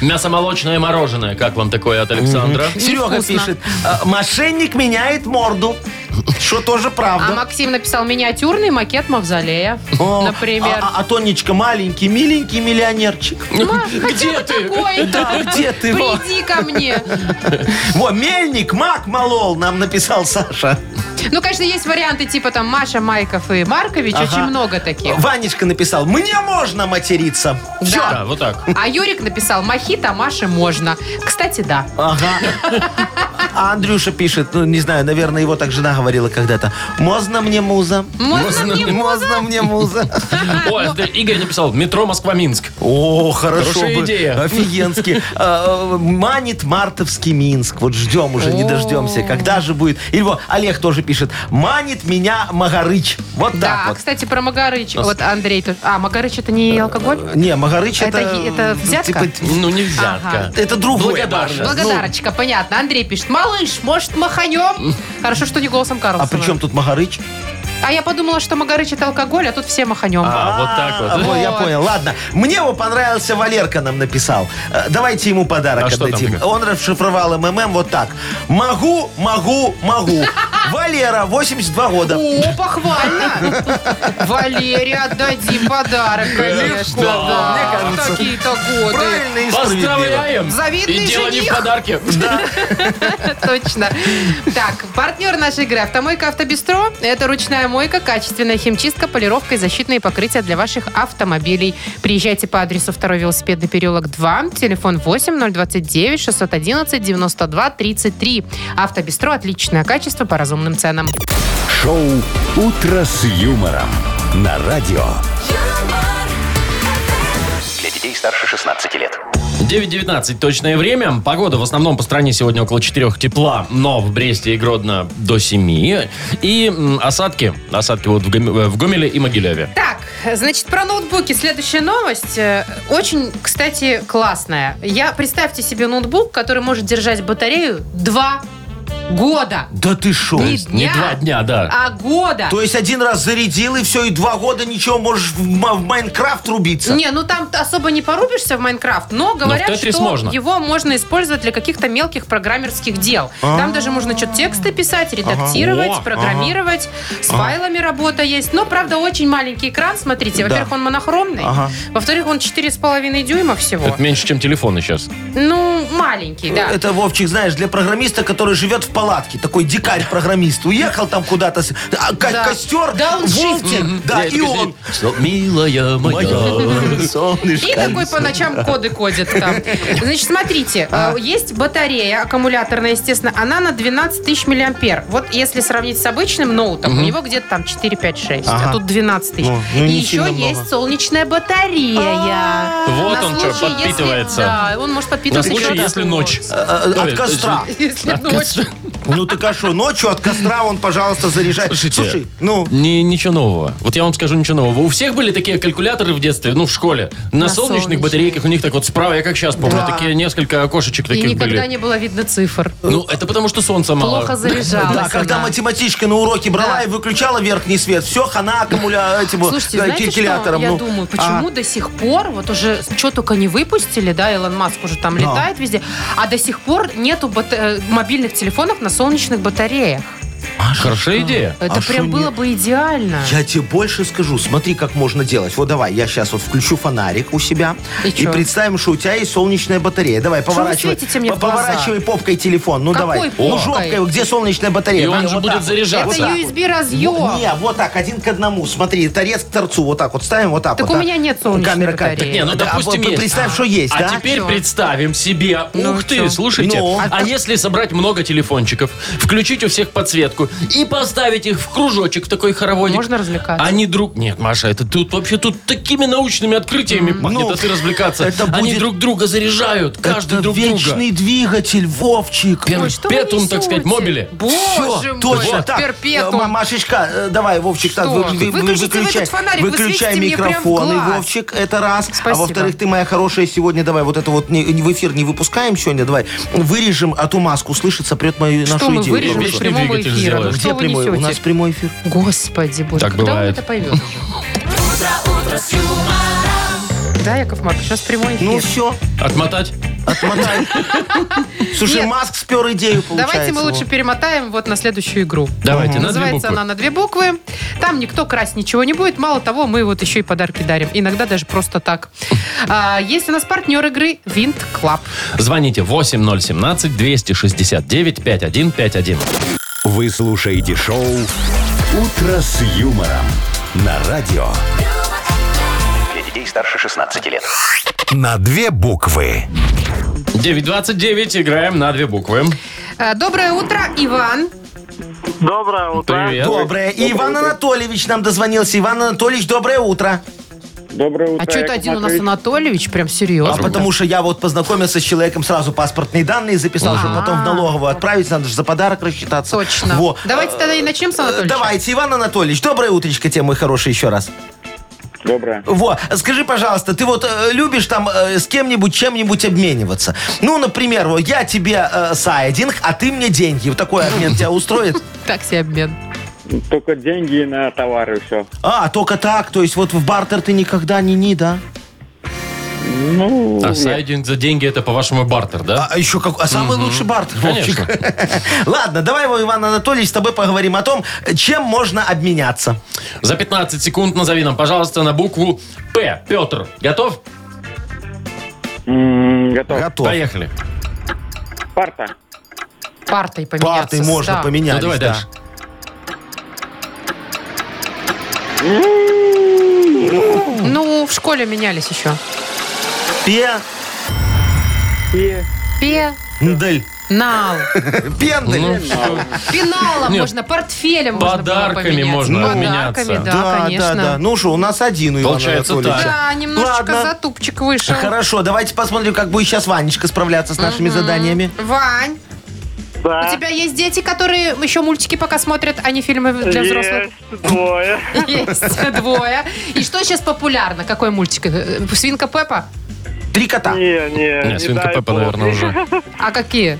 Speaker 2: Мясомолочное мороженое. Как вам такое от Александра?
Speaker 4: Серега
Speaker 3: Невкусно.
Speaker 4: пишет, «А, мошенник меняет морду. Что тоже
Speaker 3: А
Speaker 4: правда.
Speaker 3: Максим написал миниатюрный макет мавзолея,
Speaker 4: О,
Speaker 3: например.
Speaker 4: А, а- а Тонечка маленький, миленький миллионерчик. <laughs>
Speaker 2: Где ты?
Speaker 3: Ой,
Speaker 4: Да, где ты? Во,
Speaker 3: Ну, приди ко мне.
Speaker 4: Во, мельник, мак молол, нам написал Саша.
Speaker 3: Ну, конечно, есть варианты типа там Маша, Майков и Маркович.
Speaker 4: Ага.
Speaker 3: Очень много
Speaker 4: <laughs>
Speaker 3: таких.
Speaker 4: Ванечка написал, мне можно материться. Всё.
Speaker 2: Да, вот так.
Speaker 3: А Юрик написал, мохито Маше можно. Кстати,
Speaker 4: <laughs>
Speaker 3: да.
Speaker 4: Ага. А Андрюша пишет, ну, не знаю, наверное, его так жена говорила когда-то. Можно мне муза?
Speaker 3: Можно мне
Speaker 4: Можно мне муза?
Speaker 3: ну.
Speaker 2: Ой, да, Игорь написал, метро Москва-Минск.
Speaker 4: О, хорошо
Speaker 2: Хорошая
Speaker 4: бы.
Speaker 2: идея.
Speaker 4: Офигенски. А, Манит мартовский Минск. Вот ждем уже, не дождемся. Когда же будет? Или вот Олег тоже пишет. Манит меня Магарыч. Вот
Speaker 3: Да,
Speaker 4: так вот.
Speaker 3: кстати, про Магарыч. Вот Андрей тут. А, Магарыч это не алкоголь?
Speaker 4: Не, Магарыч
Speaker 3: Это
Speaker 4: это... типа,
Speaker 3: е- это взятка?
Speaker 2: Ну, не взятка.
Speaker 3: Ага.
Speaker 4: это другой.
Speaker 2: Благодарность.
Speaker 4: Маша. Ну,
Speaker 3: Благодарочка, понятно. Андрей пишет, малыш, может,
Speaker 4: <laughs>
Speaker 3: маханем? Хорошо, что не голосом
Speaker 4: а
Speaker 3: Карлсона.
Speaker 4: при чем тут Магарыч?
Speaker 3: А я подумала, что Магарыч это алкоголь, а тут все маханем.
Speaker 2: А, вот так вот.
Speaker 4: А, я понял, ладно. Мне его понравился, Валерка нам написал. Э, Давайте ему подарок
Speaker 2: А что там
Speaker 4: отдадим.
Speaker 2: такое?
Speaker 4: Он расшифровал МММ вот так. Могу, могу,
Speaker 2: <laughs>
Speaker 4: могу. Валера, 82 года.
Speaker 3: О, похвально! Валере отдадим подарок, конечно.
Speaker 2: да,
Speaker 3: Да,
Speaker 4: мне
Speaker 3: в
Speaker 4: кажется.
Speaker 3: такие-то годы.
Speaker 4: Правильно и
Speaker 3: а-
Speaker 4: справедливо.
Speaker 2: Поздравляем!
Speaker 3: Завидный
Speaker 2: И дело не в
Speaker 3: жених.
Speaker 2: подарке.
Speaker 3: Точно. Так, партнер нашей игры «Автомойка Автобестро» – это ручная мойка, качественная химчистка, полировка и защитные покрытия для ваших автомобилей. Приезжайте по адресу 2 велосипедный переулок 2, телефон 8 029 611 92 33. «Автобестро» – отличное качество по разумным ценам.
Speaker 1: Шоу «Утро с юмором» на радио.
Speaker 5: юмор,
Speaker 13: Для детей старше 16 лет.
Speaker 2: 9.19 точное время. Погода в основном по стране сегодня около 4 тепла, но в Бресте и Гродно до 7. И м, осадки. Осадки вот в Гом- э, в Гомеле и Могилеве.
Speaker 3: Так, значит, про ноутбуки. Следующая новость. э, Очень, кстати, классная. Я, представьте себе ноутбук, который может держать батарею 2 Года.
Speaker 4: Да ты шо?
Speaker 3: Не
Speaker 2: Не
Speaker 3: дня,
Speaker 2: два дня, да.
Speaker 3: а года.
Speaker 4: То есть один раз зарядил, и все, и два года ничего, можешь в, ма- в Майнкрафт рубиться.
Speaker 3: Не, ну там особо не порубишься в Майнкрафт, но говорят,
Speaker 2: Тетрис
Speaker 3: что
Speaker 2: можно.
Speaker 3: его можно использовать для каких-то мелких программерских дел. Там даже можно что-то тексты писать, редактировать,
Speaker 2: А. Ага. О,
Speaker 3: программировать. С файлами работа есть. Но, правда, очень маленький экран, смотрите. Во-первых, он монохромный.
Speaker 4: Ага.
Speaker 3: Во-вторых, он 4,5 дюйма всего.
Speaker 2: Это меньше, чем телефоны сейчас.
Speaker 3: Ну, маленький, да.
Speaker 4: Это, Вовчик, знаешь, для программиста, который живет в палатке. Такой дикарь-программист. Уехал там куда-то, с- а, ко-
Speaker 3: Да.
Speaker 4: костер,
Speaker 3: Дауншифтинг.
Speaker 4: Вовчик, да, и он. э,
Speaker 2: Милая моя.
Speaker 4: солнышко.
Speaker 3: И такой по ночам коды кодит там. Значит, смотрите,
Speaker 4: А.
Speaker 3: э, есть батарея аккумуляторная, естественно, она на 12 тысяч миллиампер. Вот если сравнить с обычным ноутом, у него где-то там 4, 5, 6, а
Speaker 4: Ага.
Speaker 3: тут 12 тысяч.
Speaker 4: Ну, ну,
Speaker 3: И
Speaker 4: не
Speaker 3: еще
Speaker 4: сильно много. А.
Speaker 3: есть солнечная батарея.
Speaker 2: Вот
Speaker 3: На
Speaker 2: он что,
Speaker 3: случай, если-
Speaker 2: подпитывается.
Speaker 3: Да, он может
Speaker 2: На
Speaker 3: подпитываться
Speaker 2: случай,
Speaker 3: еще
Speaker 2: если ночь.
Speaker 4: Э,
Speaker 2: Ой,
Speaker 4: От
Speaker 2: э,
Speaker 4: костра.
Speaker 3: <laughs> Если ночь.
Speaker 4: Ну так а что, ночью от костра он, пожалуйста, заряжает.
Speaker 2: Слушайте.
Speaker 4: Слушай, ну...
Speaker 2: Не, ничего нового. Вот я вам скажу, ничего нового. У всех были такие калькуляторы в детстве, ну, в школе. На,
Speaker 3: На
Speaker 2: солнечных
Speaker 3: солнечных.
Speaker 2: батарейках у них так вот справа, я как сейчас помню,
Speaker 4: Да.
Speaker 2: такие несколько окошечек
Speaker 3: И
Speaker 2: таких
Speaker 3: никогда
Speaker 2: были.
Speaker 3: не было видно цифр.
Speaker 2: Ну, это потому, что солнца мало.
Speaker 3: Плохо заряжалась
Speaker 4: Да, когда
Speaker 3: она.
Speaker 4: математичка на уроке брала
Speaker 3: Да.
Speaker 4: и выключала верхний свет, все, хана аккумуля этим
Speaker 3: Слушайте,
Speaker 4: э,
Speaker 3: знаете, что
Speaker 4: калькулятором.
Speaker 3: я
Speaker 4: Ну,
Speaker 3: думаю?
Speaker 4: а.
Speaker 3: Почему до сих пор, вот уже что только не выпустили, да, Илон Маск уже там летает везде, а до сих пор нету бат- э, мобильных телефонов на солнечных батареях.
Speaker 2: Хорошая идея.
Speaker 3: Это
Speaker 4: А шо
Speaker 3: прям
Speaker 4: нет?
Speaker 3: было бы идеально.
Speaker 4: Я тебе больше скажу, смотри, как можно делать. Вот давай, я сейчас вот включу фонарик у себя
Speaker 3: И
Speaker 4: и,
Speaker 3: чё?
Speaker 4: представим, что у тебя есть солнечная батарея. Давай,
Speaker 3: вы
Speaker 4: поворачивай.
Speaker 3: светите мне в
Speaker 4: по-
Speaker 3: глаза?
Speaker 4: Поворачивай попкой телефон. Ну
Speaker 3: Какой
Speaker 4: давай.
Speaker 3: попкой?
Speaker 4: Ну жопкой, где солнечная батарея?
Speaker 2: И он
Speaker 4: Надо
Speaker 2: же
Speaker 4: вот
Speaker 2: будет
Speaker 4: так вот.
Speaker 2: заряжаться.
Speaker 4: Вот
Speaker 3: Это
Speaker 4: так вот. Вот-
Speaker 3: USB-разъем.
Speaker 4: Ну, Не, вот так, один к одному. Смотри, торец к торцу. Вот так вот ставим, вот так
Speaker 3: Так
Speaker 4: вот,
Speaker 3: у
Speaker 4: а.
Speaker 3: меня нет солнечной
Speaker 4: Камера как-
Speaker 3: батареи.
Speaker 4: Так
Speaker 2: Не, ну,
Speaker 4: А, Да,
Speaker 2: допустим,
Speaker 4: вот
Speaker 2: есть.
Speaker 4: Представь, что есть,
Speaker 2: А
Speaker 4: да?
Speaker 2: теперь
Speaker 3: Всё.
Speaker 2: представим себе,
Speaker 3: Ну,
Speaker 2: ух ты,
Speaker 3: всё.
Speaker 2: слушайте,
Speaker 4: Ну.
Speaker 2: а если собрать много телефончиков, включить у всех подсветку и поставить их в кружочек, в такой хороводик.
Speaker 3: Можно развлекаться.
Speaker 2: Они друг... Нет, Маша, это тут вообще тут такими научными открытиями пахнет,
Speaker 4: Ну,
Speaker 2: а ты развлекаться.
Speaker 4: это
Speaker 2: Они
Speaker 4: будет-
Speaker 2: друг друга заряжают, каждый
Speaker 4: Это
Speaker 2: друг
Speaker 4: вечный
Speaker 2: друга.
Speaker 4: двигатель, Вовчик.
Speaker 2: Пер-
Speaker 3: Ой, что вы
Speaker 2: Петум, так сказать,
Speaker 3: несете?
Speaker 2: мобили.
Speaker 4: Всё,
Speaker 3: Боже
Speaker 4: точно
Speaker 3: мой,
Speaker 4: так.
Speaker 3: перпетум.
Speaker 4: Э, Ма- Машечка, э, давай, Вовчик, так,
Speaker 3: Что?
Speaker 4: вы- вы- вы-
Speaker 3: Выключите вы
Speaker 4: выключай,
Speaker 3: этот фонарик, вы
Speaker 4: выключай
Speaker 3: светите мне прям в
Speaker 4: микрофон, и
Speaker 3: глаз.
Speaker 4: Вовчик, это раз.
Speaker 3: Спасибо.
Speaker 4: А во-вторых, ты моя хорошая сегодня, давай, вот это вот не- не в эфир не выпускаем сегодня, давай, вырежем, а ту маску слышит, сопрет мою
Speaker 3: Что
Speaker 4: нашу
Speaker 3: мы
Speaker 4: идею.
Speaker 3: вырежем
Speaker 2: Вечный
Speaker 3: из прямого
Speaker 2: двигатель
Speaker 3: эфира? Ну
Speaker 2: сделаешь.
Speaker 3: Что
Speaker 4: Где
Speaker 3: вы
Speaker 4: прямой? У нас
Speaker 3: несете?
Speaker 4: прямой эфир.
Speaker 3: Господи, боже,
Speaker 2: Так
Speaker 3: когда он
Speaker 2: бывает.
Speaker 3: это поймет уже? Да, Яков Маркович, сейчас прямой эфир.
Speaker 4: Ну все,
Speaker 2: Отмотать?
Speaker 3: <laughs>
Speaker 4: отмотай. Слушай,
Speaker 3: Нет.
Speaker 4: Маск спер идею, получается.
Speaker 3: Давайте мы лучше
Speaker 4: вот.
Speaker 3: перемотаем вот на следующую игру.
Speaker 2: Давайте, на две
Speaker 3: Называется
Speaker 2: буквы.
Speaker 3: она на две буквы. Там никто красть ничего не будет. Мало того, мы вот еще и подарки дарим. Иногда даже просто так. А, есть у нас партнер игры Винт Клаб.
Speaker 2: Звоните 8017-269-5151.
Speaker 1: Вы слушаете шоу «Утро с юмором» на радио.
Speaker 13: Для детей старше 16 лет.
Speaker 1: На две буквы.
Speaker 2: 929, играем на две буквы.
Speaker 3: А, доброе утро, Иван.
Speaker 7: Доброе утро.
Speaker 2: Привет.
Speaker 4: Доброе. И Иван Анатольевич нам дозвонился. Иван Анатольевич, доброе утро.
Speaker 7: Доброе утро.
Speaker 3: А что это
Speaker 7: Яков
Speaker 3: один у нас
Speaker 7: Маркович.
Speaker 3: Анатольевич? Прям
Speaker 4: А
Speaker 3: серьезно.
Speaker 4: потому что я вот познакомился с человеком, сразу паспортные данные записал, чтобы потом в налоговую отправить, надо же за подарок рассчитаться.
Speaker 3: Точно.
Speaker 4: Во.
Speaker 3: Давайте тогда и начнем с
Speaker 4: Э,
Speaker 3: Анатольевича.
Speaker 4: Давайте, Иван Анатольевич, доброе утречко тебе, мой хороший, еще раз.
Speaker 7: Доброе.
Speaker 4: Во, скажи, пожалуйста, ты вот э, любишь там э, с кем-нибудь, чем-нибудь обмениваться? Ну, например, вот я тебе э, сайдинг, а ты мне деньги. Вот такой обмен тебя устроит?
Speaker 3: Так себе обмен.
Speaker 7: Только деньги на товары все.
Speaker 4: А, только так, то есть вот в бартер ты никогда не ни, да?
Speaker 7: Ну,
Speaker 2: А сайдинг за деньги это, по-вашему, бартер, да?
Speaker 4: А еще как, а самый лучший бартер, Вовчик.
Speaker 2: Конечно.
Speaker 4: <laughs> Ладно, давай, во, Иван Анатольевич, с тобой поговорим о том, чем можно обменяться.
Speaker 2: За 15 секунд назови нам, пожалуйста, на букву П. Петр, готов?
Speaker 7: м, готов.
Speaker 4: Готов.
Speaker 2: Поехали.
Speaker 7: Парта.
Speaker 3: Партой поменяться.
Speaker 4: Партой можно
Speaker 3: да.
Speaker 4: поменять.
Speaker 2: ну, давай
Speaker 4: да.
Speaker 2: дальше.
Speaker 3: Ну, в школе менялись еще.
Speaker 7: И
Speaker 4: Пендель.
Speaker 3: Пенал.
Speaker 4: Пендель.
Speaker 2: Ну, всё.
Speaker 3: Пеналом
Speaker 2: Нет.
Speaker 3: можно, портфелем
Speaker 2: Подарками можно
Speaker 3: можно было поменять.
Speaker 2: обменяться.
Speaker 3: Подарками, да,
Speaker 4: да,
Speaker 3: конечно.
Speaker 4: да, да. Ну что, у нас один у Ивана
Speaker 2: Получается
Speaker 4: Анатольевича.
Speaker 2: так.
Speaker 3: Да, немножечко
Speaker 4: Ладно.
Speaker 3: затупчик вышел.
Speaker 4: Хорошо, давайте посмотрим, как будет сейчас Ванечка справляться с нашими заданиями.
Speaker 3: Вань,
Speaker 7: да.
Speaker 3: у тебя есть дети, которые еще мультики пока смотрят, а не фильмы для взрослых?
Speaker 7: Есть двое.
Speaker 3: Есть двое. И что сейчас популярно? Какой мультик? Э, Свинка Пеппа?
Speaker 4: Три кота.
Speaker 7: Не, не,
Speaker 2: Не, свинка
Speaker 7: дай
Speaker 2: Пеппа,
Speaker 7: бог.
Speaker 2: наверное, уже.
Speaker 3: А какие?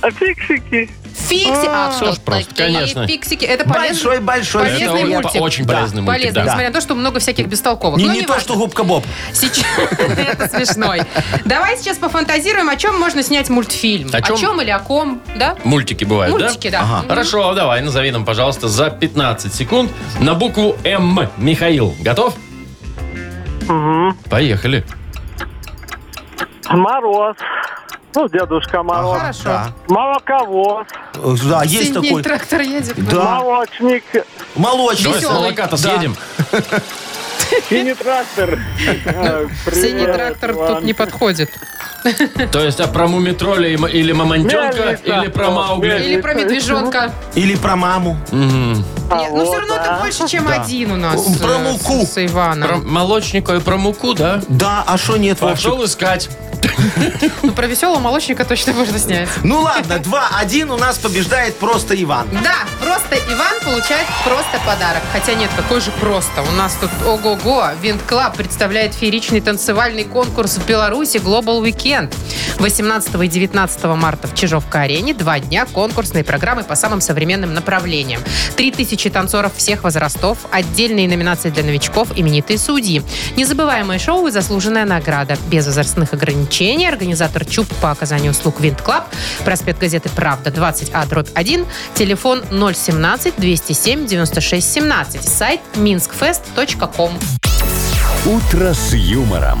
Speaker 7: А фиксики.
Speaker 3: А Фикси. А,
Speaker 2: Что
Speaker 3: кто
Speaker 2: ж просто,
Speaker 3: такие
Speaker 2: конечно.
Speaker 3: фиксики? Это полезно.
Speaker 4: Большой-большой
Speaker 3: Полезный
Speaker 2: Это о-
Speaker 3: мультик.
Speaker 2: очень
Speaker 4: Да,
Speaker 2: полезный мультик,
Speaker 3: Полезно,
Speaker 2: да.
Speaker 3: несмотря на то, что много всяких бестолковых.
Speaker 4: Не,
Speaker 3: Ну,
Speaker 4: не то,
Speaker 3: неважно.
Speaker 4: что губка Боб.
Speaker 3: Сейчас <laughs> это смешной. Давай сейчас пофантазируем, о чем можно снять мультфильм.
Speaker 2: О
Speaker 3: О
Speaker 2: чем?
Speaker 3: чем или о ком, да?
Speaker 2: Мультики бывают, да?
Speaker 3: Мультики, да. Мгм.
Speaker 2: Хорошо, давай, назови нам, пожалуйста, за 15 секунд на букву М. Михаил, готов?
Speaker 7: Мгм.
Speaker 2: Поехали.
Speaker 7: Мороз. Ну, Дедушка Мороз.
Speaker 3: Хорошо.
Speaker 7: Молоковоз.
Speaker 4: Э, Да, есть
Speaker 3: Синий
Speaker 4: такой.
Speaker 3: трактор едет.
Speaker 4: Да,
Speaker 7: Молочник.
Speaker 4: молочник.
Speaker 2: Давай с
Speaker 3: Веселый.
Speaker 2: молока-то
Speaker 4: Да.
Speaker 2: съедем.
Speaker 3: <laughs>
Speaker 7: Синий трактор. Э,
Speaker 3: Синий
Speaker 7: привет
Speaker 3: трактор
Speaker 7: вам.
Speaker 3: тут не подходит.
Speaker 2: То есть а про мумитроля и м- или мамонтенка,
Speaker 7: Мельница.
Speaker 2: или про Маугли.
Speaker 3: Или про медвежонка.
Speaker 4: Или про маму.
Speaker 2: Мгм.
Speaker 7: А
Speaker 3: Нет, ну все
Speaker 7: вот,
Speaker 3: равно это
Speaker 7: а?
Speaker 3: больше, чем
Speaker 4: Да.
Speaker 3: один у нас.
Speaker 4: М, про
Speaker 3: э,
Speaker 4: муку.
Speaker 3: С, с Иваном.
Speaker 2: Про молочника и про муку, да?
Speaker 4: Да, а что нет, Вовчик?
Speaker 2: Пошел искать.
Speaker 3: Ну, про веселого молочника точно можно снять.
Speaker 4: Ну ладно, 2-1 у нас побеждает просто Иван.
Speaker 3: Да, просто Иван получает просто подарок. Хотя нет, какой же просто. У нас тут ого-го. Винт Клаб представляет фееричный танцевальный конкурс в Беларуси Global Weekend. 18 и 19 марта в Чижовка-арене два дня конкурсной программы по самым современным направлениям. 3000 танцоров всех возрастов, отдельные номинации для новичков, именитые судьи. Незабываемое шоу и заслуженная награда. Без возрастных ограничений организатор ЧУП по оказанию услуг Винт Клаб, проспект газеты «Правда», 20А, дробь 1, телефон 017-207-96-17, сайт minskfest.com.
Speaker 1: «Утро с юмором»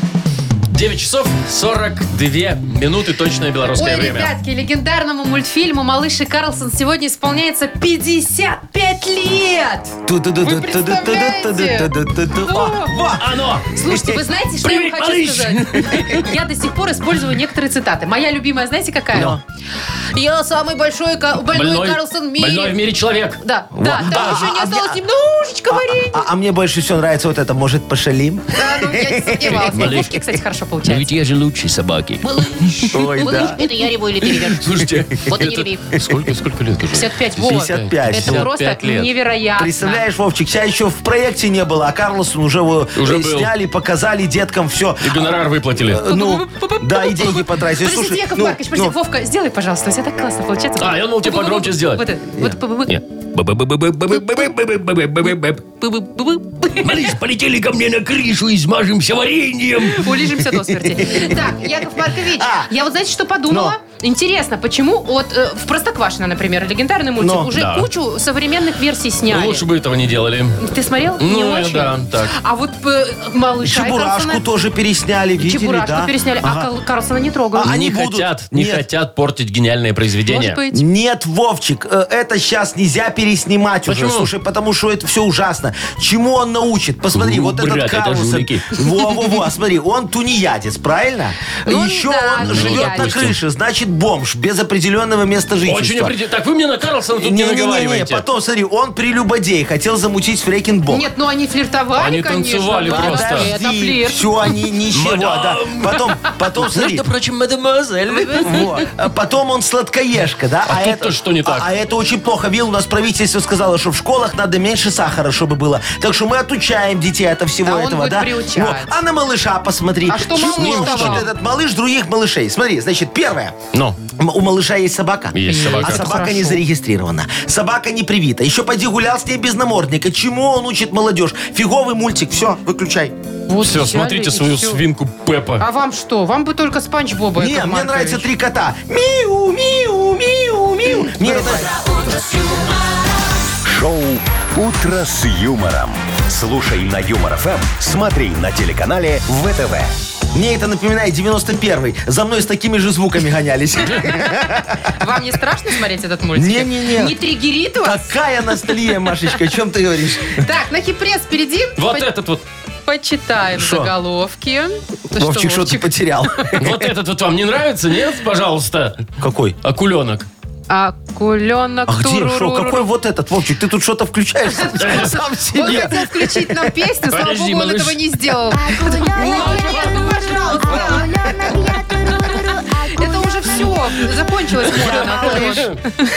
Speaker 2: 9 часов 42 минуты точное белорусское
Speaker 3: Ой,
Speaker 2: время.
Speaker 3: ребятки, легендарному мультфильму «Малыш и Карлсон» сегодня исполняется 55 лет! Вы представляете?
Speaker 4: О, во!
Speaker 2: Оно!
Speaker 3: Слушайте, вы знаете, что
Speaker 2: Привет,
Speaker 3: я вам
Speaker 2: малыш!
Speaker 3: хочу сказать? Я до сих пор использую некоторые цитаты. Моя любимая, знаете, какая? Я самый большой ка- больной, Карлсон в мире.
Speaker 2: Ну. больной в мире человек.
Speaker 3: Да, да, там
Speaker 4: Да,
Speaker 3: еще
Speaker 4: а-
Speaker 3: не
Speaker 4: а-
Speaker 3: осталось
Speaker 4: а-
Speaker 3: немножечко варенья.
Speaker 4: А а мне больше всего нравится вот это. Может, пошалим?
Speaker 3: Да, ну я не сомневалась.
Speaker 2: Малыш.
Speaker 3: Лягушки, кстати, хорошо получается.
Speaker 2: я же лучше собаки.
Speaker 3: Малыш,
Speaker 4: Ой,
Speaker 3: малыш,
Speaker 4: да.
Speaker 3: это я реву или переверну.
Speaker 2: <laughs> Слушайте,
Speaker 3: Вот и не
Speaker 2: это-
Speaker 3: реви.
Speaker 2: сколько, сколько лет уже?
Speaker 3: 55, вот.
Speaker 4: 55.
Speaker 3: Это просто
Speaker 2: 55 лет.
Speaker 3: невероятно.
Speaker 4: Представляешь, Вовчик, тебя еще в проекте не было, а Карлсон уже, его,
Speaker 2: Уже
Speaker 4: э,
Speaker 2: был.
Speaker 4: сняли, показали деткам все.
Speaker 2: И гонорар выплатили.
Speaker 4: Ну, да, и деньги
Speaker 2: а
Speaker 4: потратили.
Speaker 3: Подождите,
Speaker 4: Слушай,
Speaker 3: Яков
Speaker 4: ну,
Speaker 3: Маркович, подожди, а
Speaker 4: ну,
Speaker 3: Вовка, сделай, пожалуйста, у тебя так классно получается. Типа, ну,
Speaker 2: А, я думал, тебе погромче сделать.
Speaker 3: Вот это, вот пы-пы-пы.
Speaker 2: Нет. Малыш,
Speaker 3: Пы-пы-пы-пы.
Speaker 2: полетели ко мне на крышу и смажемся вареньем.
Speaker 3: Улижемся до смерти. Так, Яков Маркович,
Speaker 4: А.
Speaker 3: я вот, знаете, что подумала? Интересно, почему вот э, в «Простоквашино», например, легендарный мультик,
Speaker 4: Но.
Speaker 3: уже
Speaker 2: Да.
Speaker 3: кучу современных версий сняли.
Speaker 2: Лучше бы этого не делали.
Speaker 3: Ты смотрел?
Speaker 2: Ну,
Speaker 3: Не
Speaker 2: я-
Speaker 3: очень.
Speaker 2: да, так.
Speaker 3: А вот э, «Малыша» и
Speaker 4: Чебурашку
Speaker 3: Карлсона-
Speaker 4: тоже пересняли, видели,
Speaker 3: Чебурашку
Speaker 4: да?
Speaker 3: пересняли,
Speaker 4: Ага.
Speaker 3: а Кал- Карлсона не трогают.
Speaker 4: А,
Speaker 2: не
Speaker 4: они будут.
Speaker 2: хотят, не
Speaker 4: Нет.
Speaker 2: хотят портить гениальное произведение.
Speaker 3: Может быть.
Speaker 4: Нет, Вовчик, э, это сейчас нельзя переснимать
Speaker 2: Почему?
Speaker 4: уже. Слушай, потому что это все ужасно. Чему он научит? Посмотри,
Speaker 2: Ну,
Speaker 4: вот
Speaker 2: брат,
Speaker 4: этот
Speaker 2: это
Speaker 4: Карлсон.
Speaker 2: жулики.
Speaker 4: Во-во-во, а смотри, он тунеядец, правильно?
Speaker 3: Ну,
Speaker 4: Еще
Speaker 3: да,
Speaker 4: он
Speaker 3: ну,
Speaker 4: живет на
Speaker 2: допустим.
Speaker 4: крыше, значит, бомж, без определенного места
Speaker 2: Очень
Speaker 4: жительства.
Speaker 2: определ- Так вы мне на Карлсона тут не,
Speaker 4: Не-не-не,
Speaker 2: наговариваете.
Speaker 4: потом, смотри, он прелюбодей, хотел замутить фрекинг бомб.
Speaker 3: Нет, ну они флиртовали,
Speaker 2: Они
Speaker 3: конечно.
Speaker 2: танцевали
Speaker 3: да,
Speaker 2: просто.
Speaker 3: да, Это флирт.
Speaker 4: все, они ничего, да. Потом, потом, смотри,
Speaker 2: прочим, мадемуазель.
Speaker 4: во, а потом он сладкоежка, да?
Speaker 2: А тут-то что не так?
Speaker 4: А, а это очень плохо. Вил, у нас правительство сказало, что в школах надо меньше сахара, чтобы было. Так что мы отучаем детей от всего
Speaker 3: А он
Speaker 4: этого,
Speaker 3: будет
Speaker 4: да?
Speaker 3: приучать.
Speaker 4: Во. А на малыша посмотри.
Speaker 3: А что
Speaker 4: Чего
Speaker 3: малыш
Speaker 4: вот
Speaker 3: давал?
Speaker 4: этот малыш других малышей? Смотри, значит, первое.
Speaker 2: Ну,
Speaker 4: М- У малыша есть собака.
Speaker 2: есть
Speaker 4: А
Speaker 2: собака.
Speaker 4: собака не зарегистрирована. Собака не привита. Еще поди гулял с ней без намордника. Чему он учит молодежь? Фиговый мультик. Все, выключай.
Speaker 2: Все,
Speaker 3: взяли
Speaker 2: смотрите
Speaker 3: и
Speaker 2: свою
Speaker 3: всё.
Speaker 2: свинку Пеппа.
Speaker 3: А вам что? Вам бы только Спанч Боба.
Speaker 4: Не,
Speaker 3: Яков
Speaker 4: мне
Speaker 3: Маркович.
Speaker 4: нравятся три кота. Миу, миу, миу, миу. Мне это
Speaker 1: Шоу «Утро с юмором». Слушай на Юмор ФМ, смотри на телеканале ВТВ.
Speaker 4: Мне это напоминает 91-й. За мной с такими же
Speaker 3: <laughs>
Speaker 4: звуками гонялись.
Speaker 3: Вам не страшно смотреть этот мультик?
Speaker 4: Не-не-не.
Speaker 3: Не триггерит вас?
Speaker 4: Какая ностальгия, Машечка, о чем ты говоришь?
Speaker 3: Так, на хипресс впереди.
Speaker 2: Вот
Speaker 3: По-
Speaker 2: этот вот,
Speaker 3: Почитаем
Speaker 4: Шо?
Speaker 3: заголовки. Ты что,
Speaker 4: Вовчик, что ты
Speaker 3: Вовчик? <laughs>
Speaker 4: потерял?
Speaker 2: вот этот вот вам не нравится, нет? Пожалуйста,
Speaker 4: Какой?
Speaker 2: акуленок.
Speaker 3: Акуленок
Speaker 4: А где?
Speaker 3: туруруру.
Speaker 4: Шо? Какой вот этот, Вовчик? Ты тут что-то включаешь сам, сам
Speaker 3: <laughs> Он
Speaker 4: себе.
Speaker 3: хотел включить нам песню, слава
Speaker 2: Подожди,
Speaker 3: богу, он
Speaker 2: малыш.
Speaker 3: этого не сделал.
Speaker 5: Акуленок,
Speaker 3: Пожалуйста.
Speaker 5: я туруру,
Speaker 3: Это уже все, все, закончилась мода на молодежь.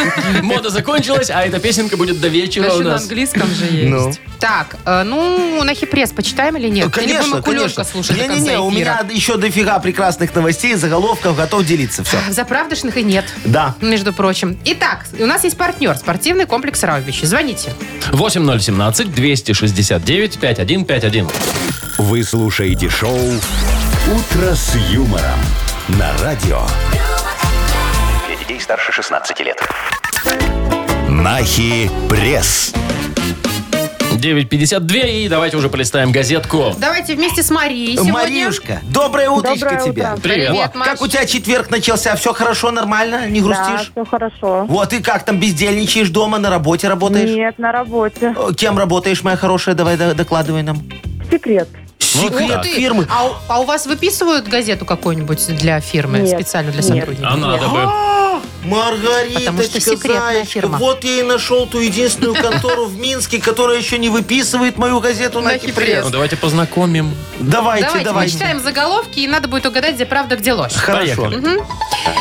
Speaker 2: Мода закончилась, а эта песенка будет до вечера у
Speaker 14: Даже на
Speaker 2: нас.
Speaker 14: английском же
Speaker 4: Ну.
Speaker 14: есть.
Speaker 3: Так, э, ну, на хипресс почитаем или нет?
Speaker 4: Ну,
Speaker 3: или
Speaker 4: конечно,
Speaker 3: будем
Speaker 4: конечно.
Speaker 3: окуленка слушать до
Speaker 4: Не-не-не,
Speaker 3: конца
Speaker 4: у меня
Speaker 3: эфира?
Speaker 4: еще дофига прекрасных новостей, заголовков, готов делиться. Все.
Speaker 3: Заправдышных и нет.
Speaker 4: Да.
Speaker 3: Между прочим. Итак, у нас есть партнер, спортивный комплекс «Раубище». Звоните.
Speaker 2: 8017-269-5151.
Speaker 1: Вы слушаете шоу «Утро с юмором» на радио.
Speaker 13: Для детей старше 16 лет.
Speaker 1: Нахи пресс.
Speaker 2: 9.52, и давайте уже полистаем газетку.
Speaker 3: Давайте вместе с Марией сегодня.
Speaker 4: Маришка, доброе утречко
Speaker 9: Доброе
Speaker 4: тебе.
Speaker 9: утро.
Speaker 2: Привет.
Speaker 3: Привет, Маш.
Speaker 4: Как у тебя четверг начался? Все хорошо, нормально? Не
Speaker 9: Да,
Speaker 4: грустишь?
Speaker 9: все хорошо.
Speaker 4: Вот и как там, бездельничаешь дома, на работе работаешь?
Speaker 9: Нет, на работе.
Speaker 4: Э, Кем работаешь, моя хорошая? Давай да- докладывай нам.
Speaker 9: Секрет.
Speaker 4: Ну
Speaker 2: Секрет
Speaker 3: Ух ты!
Speaker 4: фирмы.
Speaker 3: А, у- а у вас выписывают газету какую-нибудь для фирмы,
Speaker 9: Нет,
Speaker 3: специально для
Speaker 9: нет.
Speaker 3: сотрудников?
Speaker 2: А надо бы.
Speaker 4: Маргариточка,
Speaker 3: Потому что секретная
Speaker 4: зайчка,
Speaker 3: фирма.
Speaker 4: вот я и нашел ту единственную контору в Минске, которая еще не выписывает мою газету на
Speaker 3: Нахи пресс».
Speaker 4: пресс.
Speaker 2: Ну, давайте познакомим.
Speaker 4: Давайте,
Speaker 3: Давайте, мы
Speaker 4: давайте.
Speaker 3: читаем заголовки, и надо будет угадать, где правда, где ложь.
Speaker 4: Хорошо.
Speaker 2: Поехали.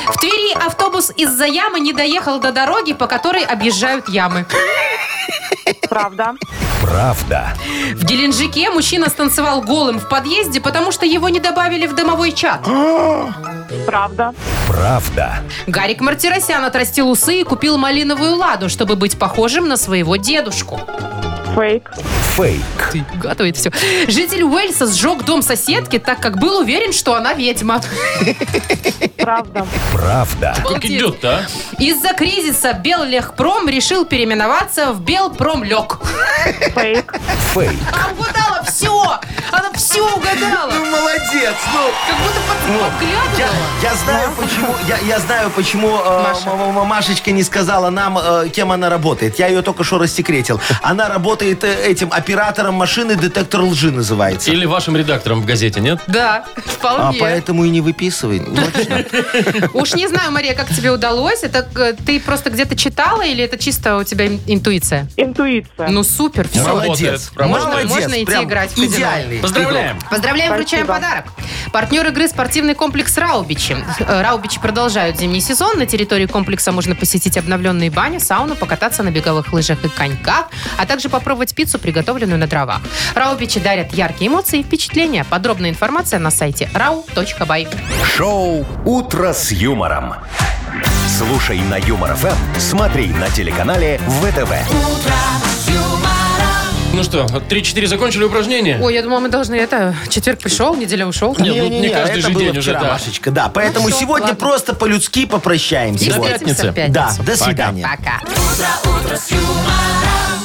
Speaker 3: В Твери автобус из-за ямы не доехал до дороги, по которой объезжают ямы.
Speaker 9: Правда.
Speaker 1: Правда.
Speaker 3: В Геленджике мужчина станцевал голым в подъезде, потому что его не добавили в домовой чат.
Speaker 9: Правда.
Speaker 1: Правда.
Speaker 3: Гарик Мартиросян отрастил усы и купил малиновую ладу, чтобы быть похожим на своего дедушку.
Speaker 9: Фейк.
Speaker 1: Фейк.
Speaker 3: Ты угадывает все. Житель Уэльса сжег дом соседки, так как был уверен, что она ведьма.
Speaker 9: Правда.
Speaker 1: Правда.
Speaker 2: Как идет-то, а?
Speaker 3: Из-за кризиса Беллегпром решил переименоваться в Белпромлег.
Speaker 9: Фейк.
Speaker 1: Фейк.
Speaker 3: А угадала все! Она все угадала!
Speaker 4: Ну, молодец, ну.
Speaker 3: Как будто под
Speaker 4: Я,
Speaker 3: глядывала.
Speaker 4: я знаю, почему, я, я знаю, почему э,
Speaker 3: Маша.
Speaker 4: м- м- Машечка не сказала нам, э, кем она работает. Я ее только что рассекретил. Она работает э, этим оператором машины «Детектор лжи» называется.
Speaker 2: Или вашим редактором в газете, нет?
Speaker 3: Да,
Speaker 4: А
Speaker 3: вполне.
Speaker 4: поэтому и не выписывает. Логично.
Speaker 3: Уж не знаю, Мария, как тебе удалось. Это э, ты просто где-то читала или это чисто у тебя ин- интуиция?
Speaker 9: Интуиция.
Speaker 3: Ну супер, все.
Speaker 2: Работает.
Speaker 4: Молодец.
Speaker 2: Работает.
Speaker 4: Молодец.
Speaker 3: Можно идти
Speaker 4: прям
Speaker 3: играть в казино.
Speaker 4: Идеальный.
Speaker 2: Поздравляем.
Speaker 3: Поздравляем, вручаем
Speaker 9: Спасибо.
Speaker 3: подарок. Партнер игры спортивный комплекс «Раубичи». Э, «Раубичи» продолжают зимний сезон. На территории комплекса можно посетить обновленные бани, сауну, покататься на беговых лыжах и коньках, а также попробовать пиццу, приготовленную на дровах. «Раубичи» дарят яркие эмоции и впечатления. Подробная информация на сайте rau.by.
Speaker 1: Шоу «Утро с юмором». Слушай на Юмор ФМ, смотри на телеканале ВТВ.
Speaker 2: Ну что, 3-4 закончили упражнение?
Speaker 3: Ой, я думала, мы должны это... Четверг пришел, неделя ушел.
Speaker 2: Нет, ну, не
Speaker 4: Не-не-не,
Speaker 2: каждый
Speaker 4: это
Speaker 2: же
Speaker 4: было
Speaker 2: день уже,
Speaker 4: вчера, Ну
Speaker 2: да.
Speaker 4: Машечка, да. Поэтому
Speaker 3: всё,
Speaker 4: сегодня
Speaker 3: ладно.
Speaker 4: просто по-людски попрощаемся.
Speaker 3: И
Speaker 2: ну, До
Speaker 4: Вот.
Speaker 2: пятницы.
Speaker 3: встретимся в пятницу.
Speaker 4: Да, до свидания.
Speaker 3: Пока.
Speaker 5: Утро, утро с юмором.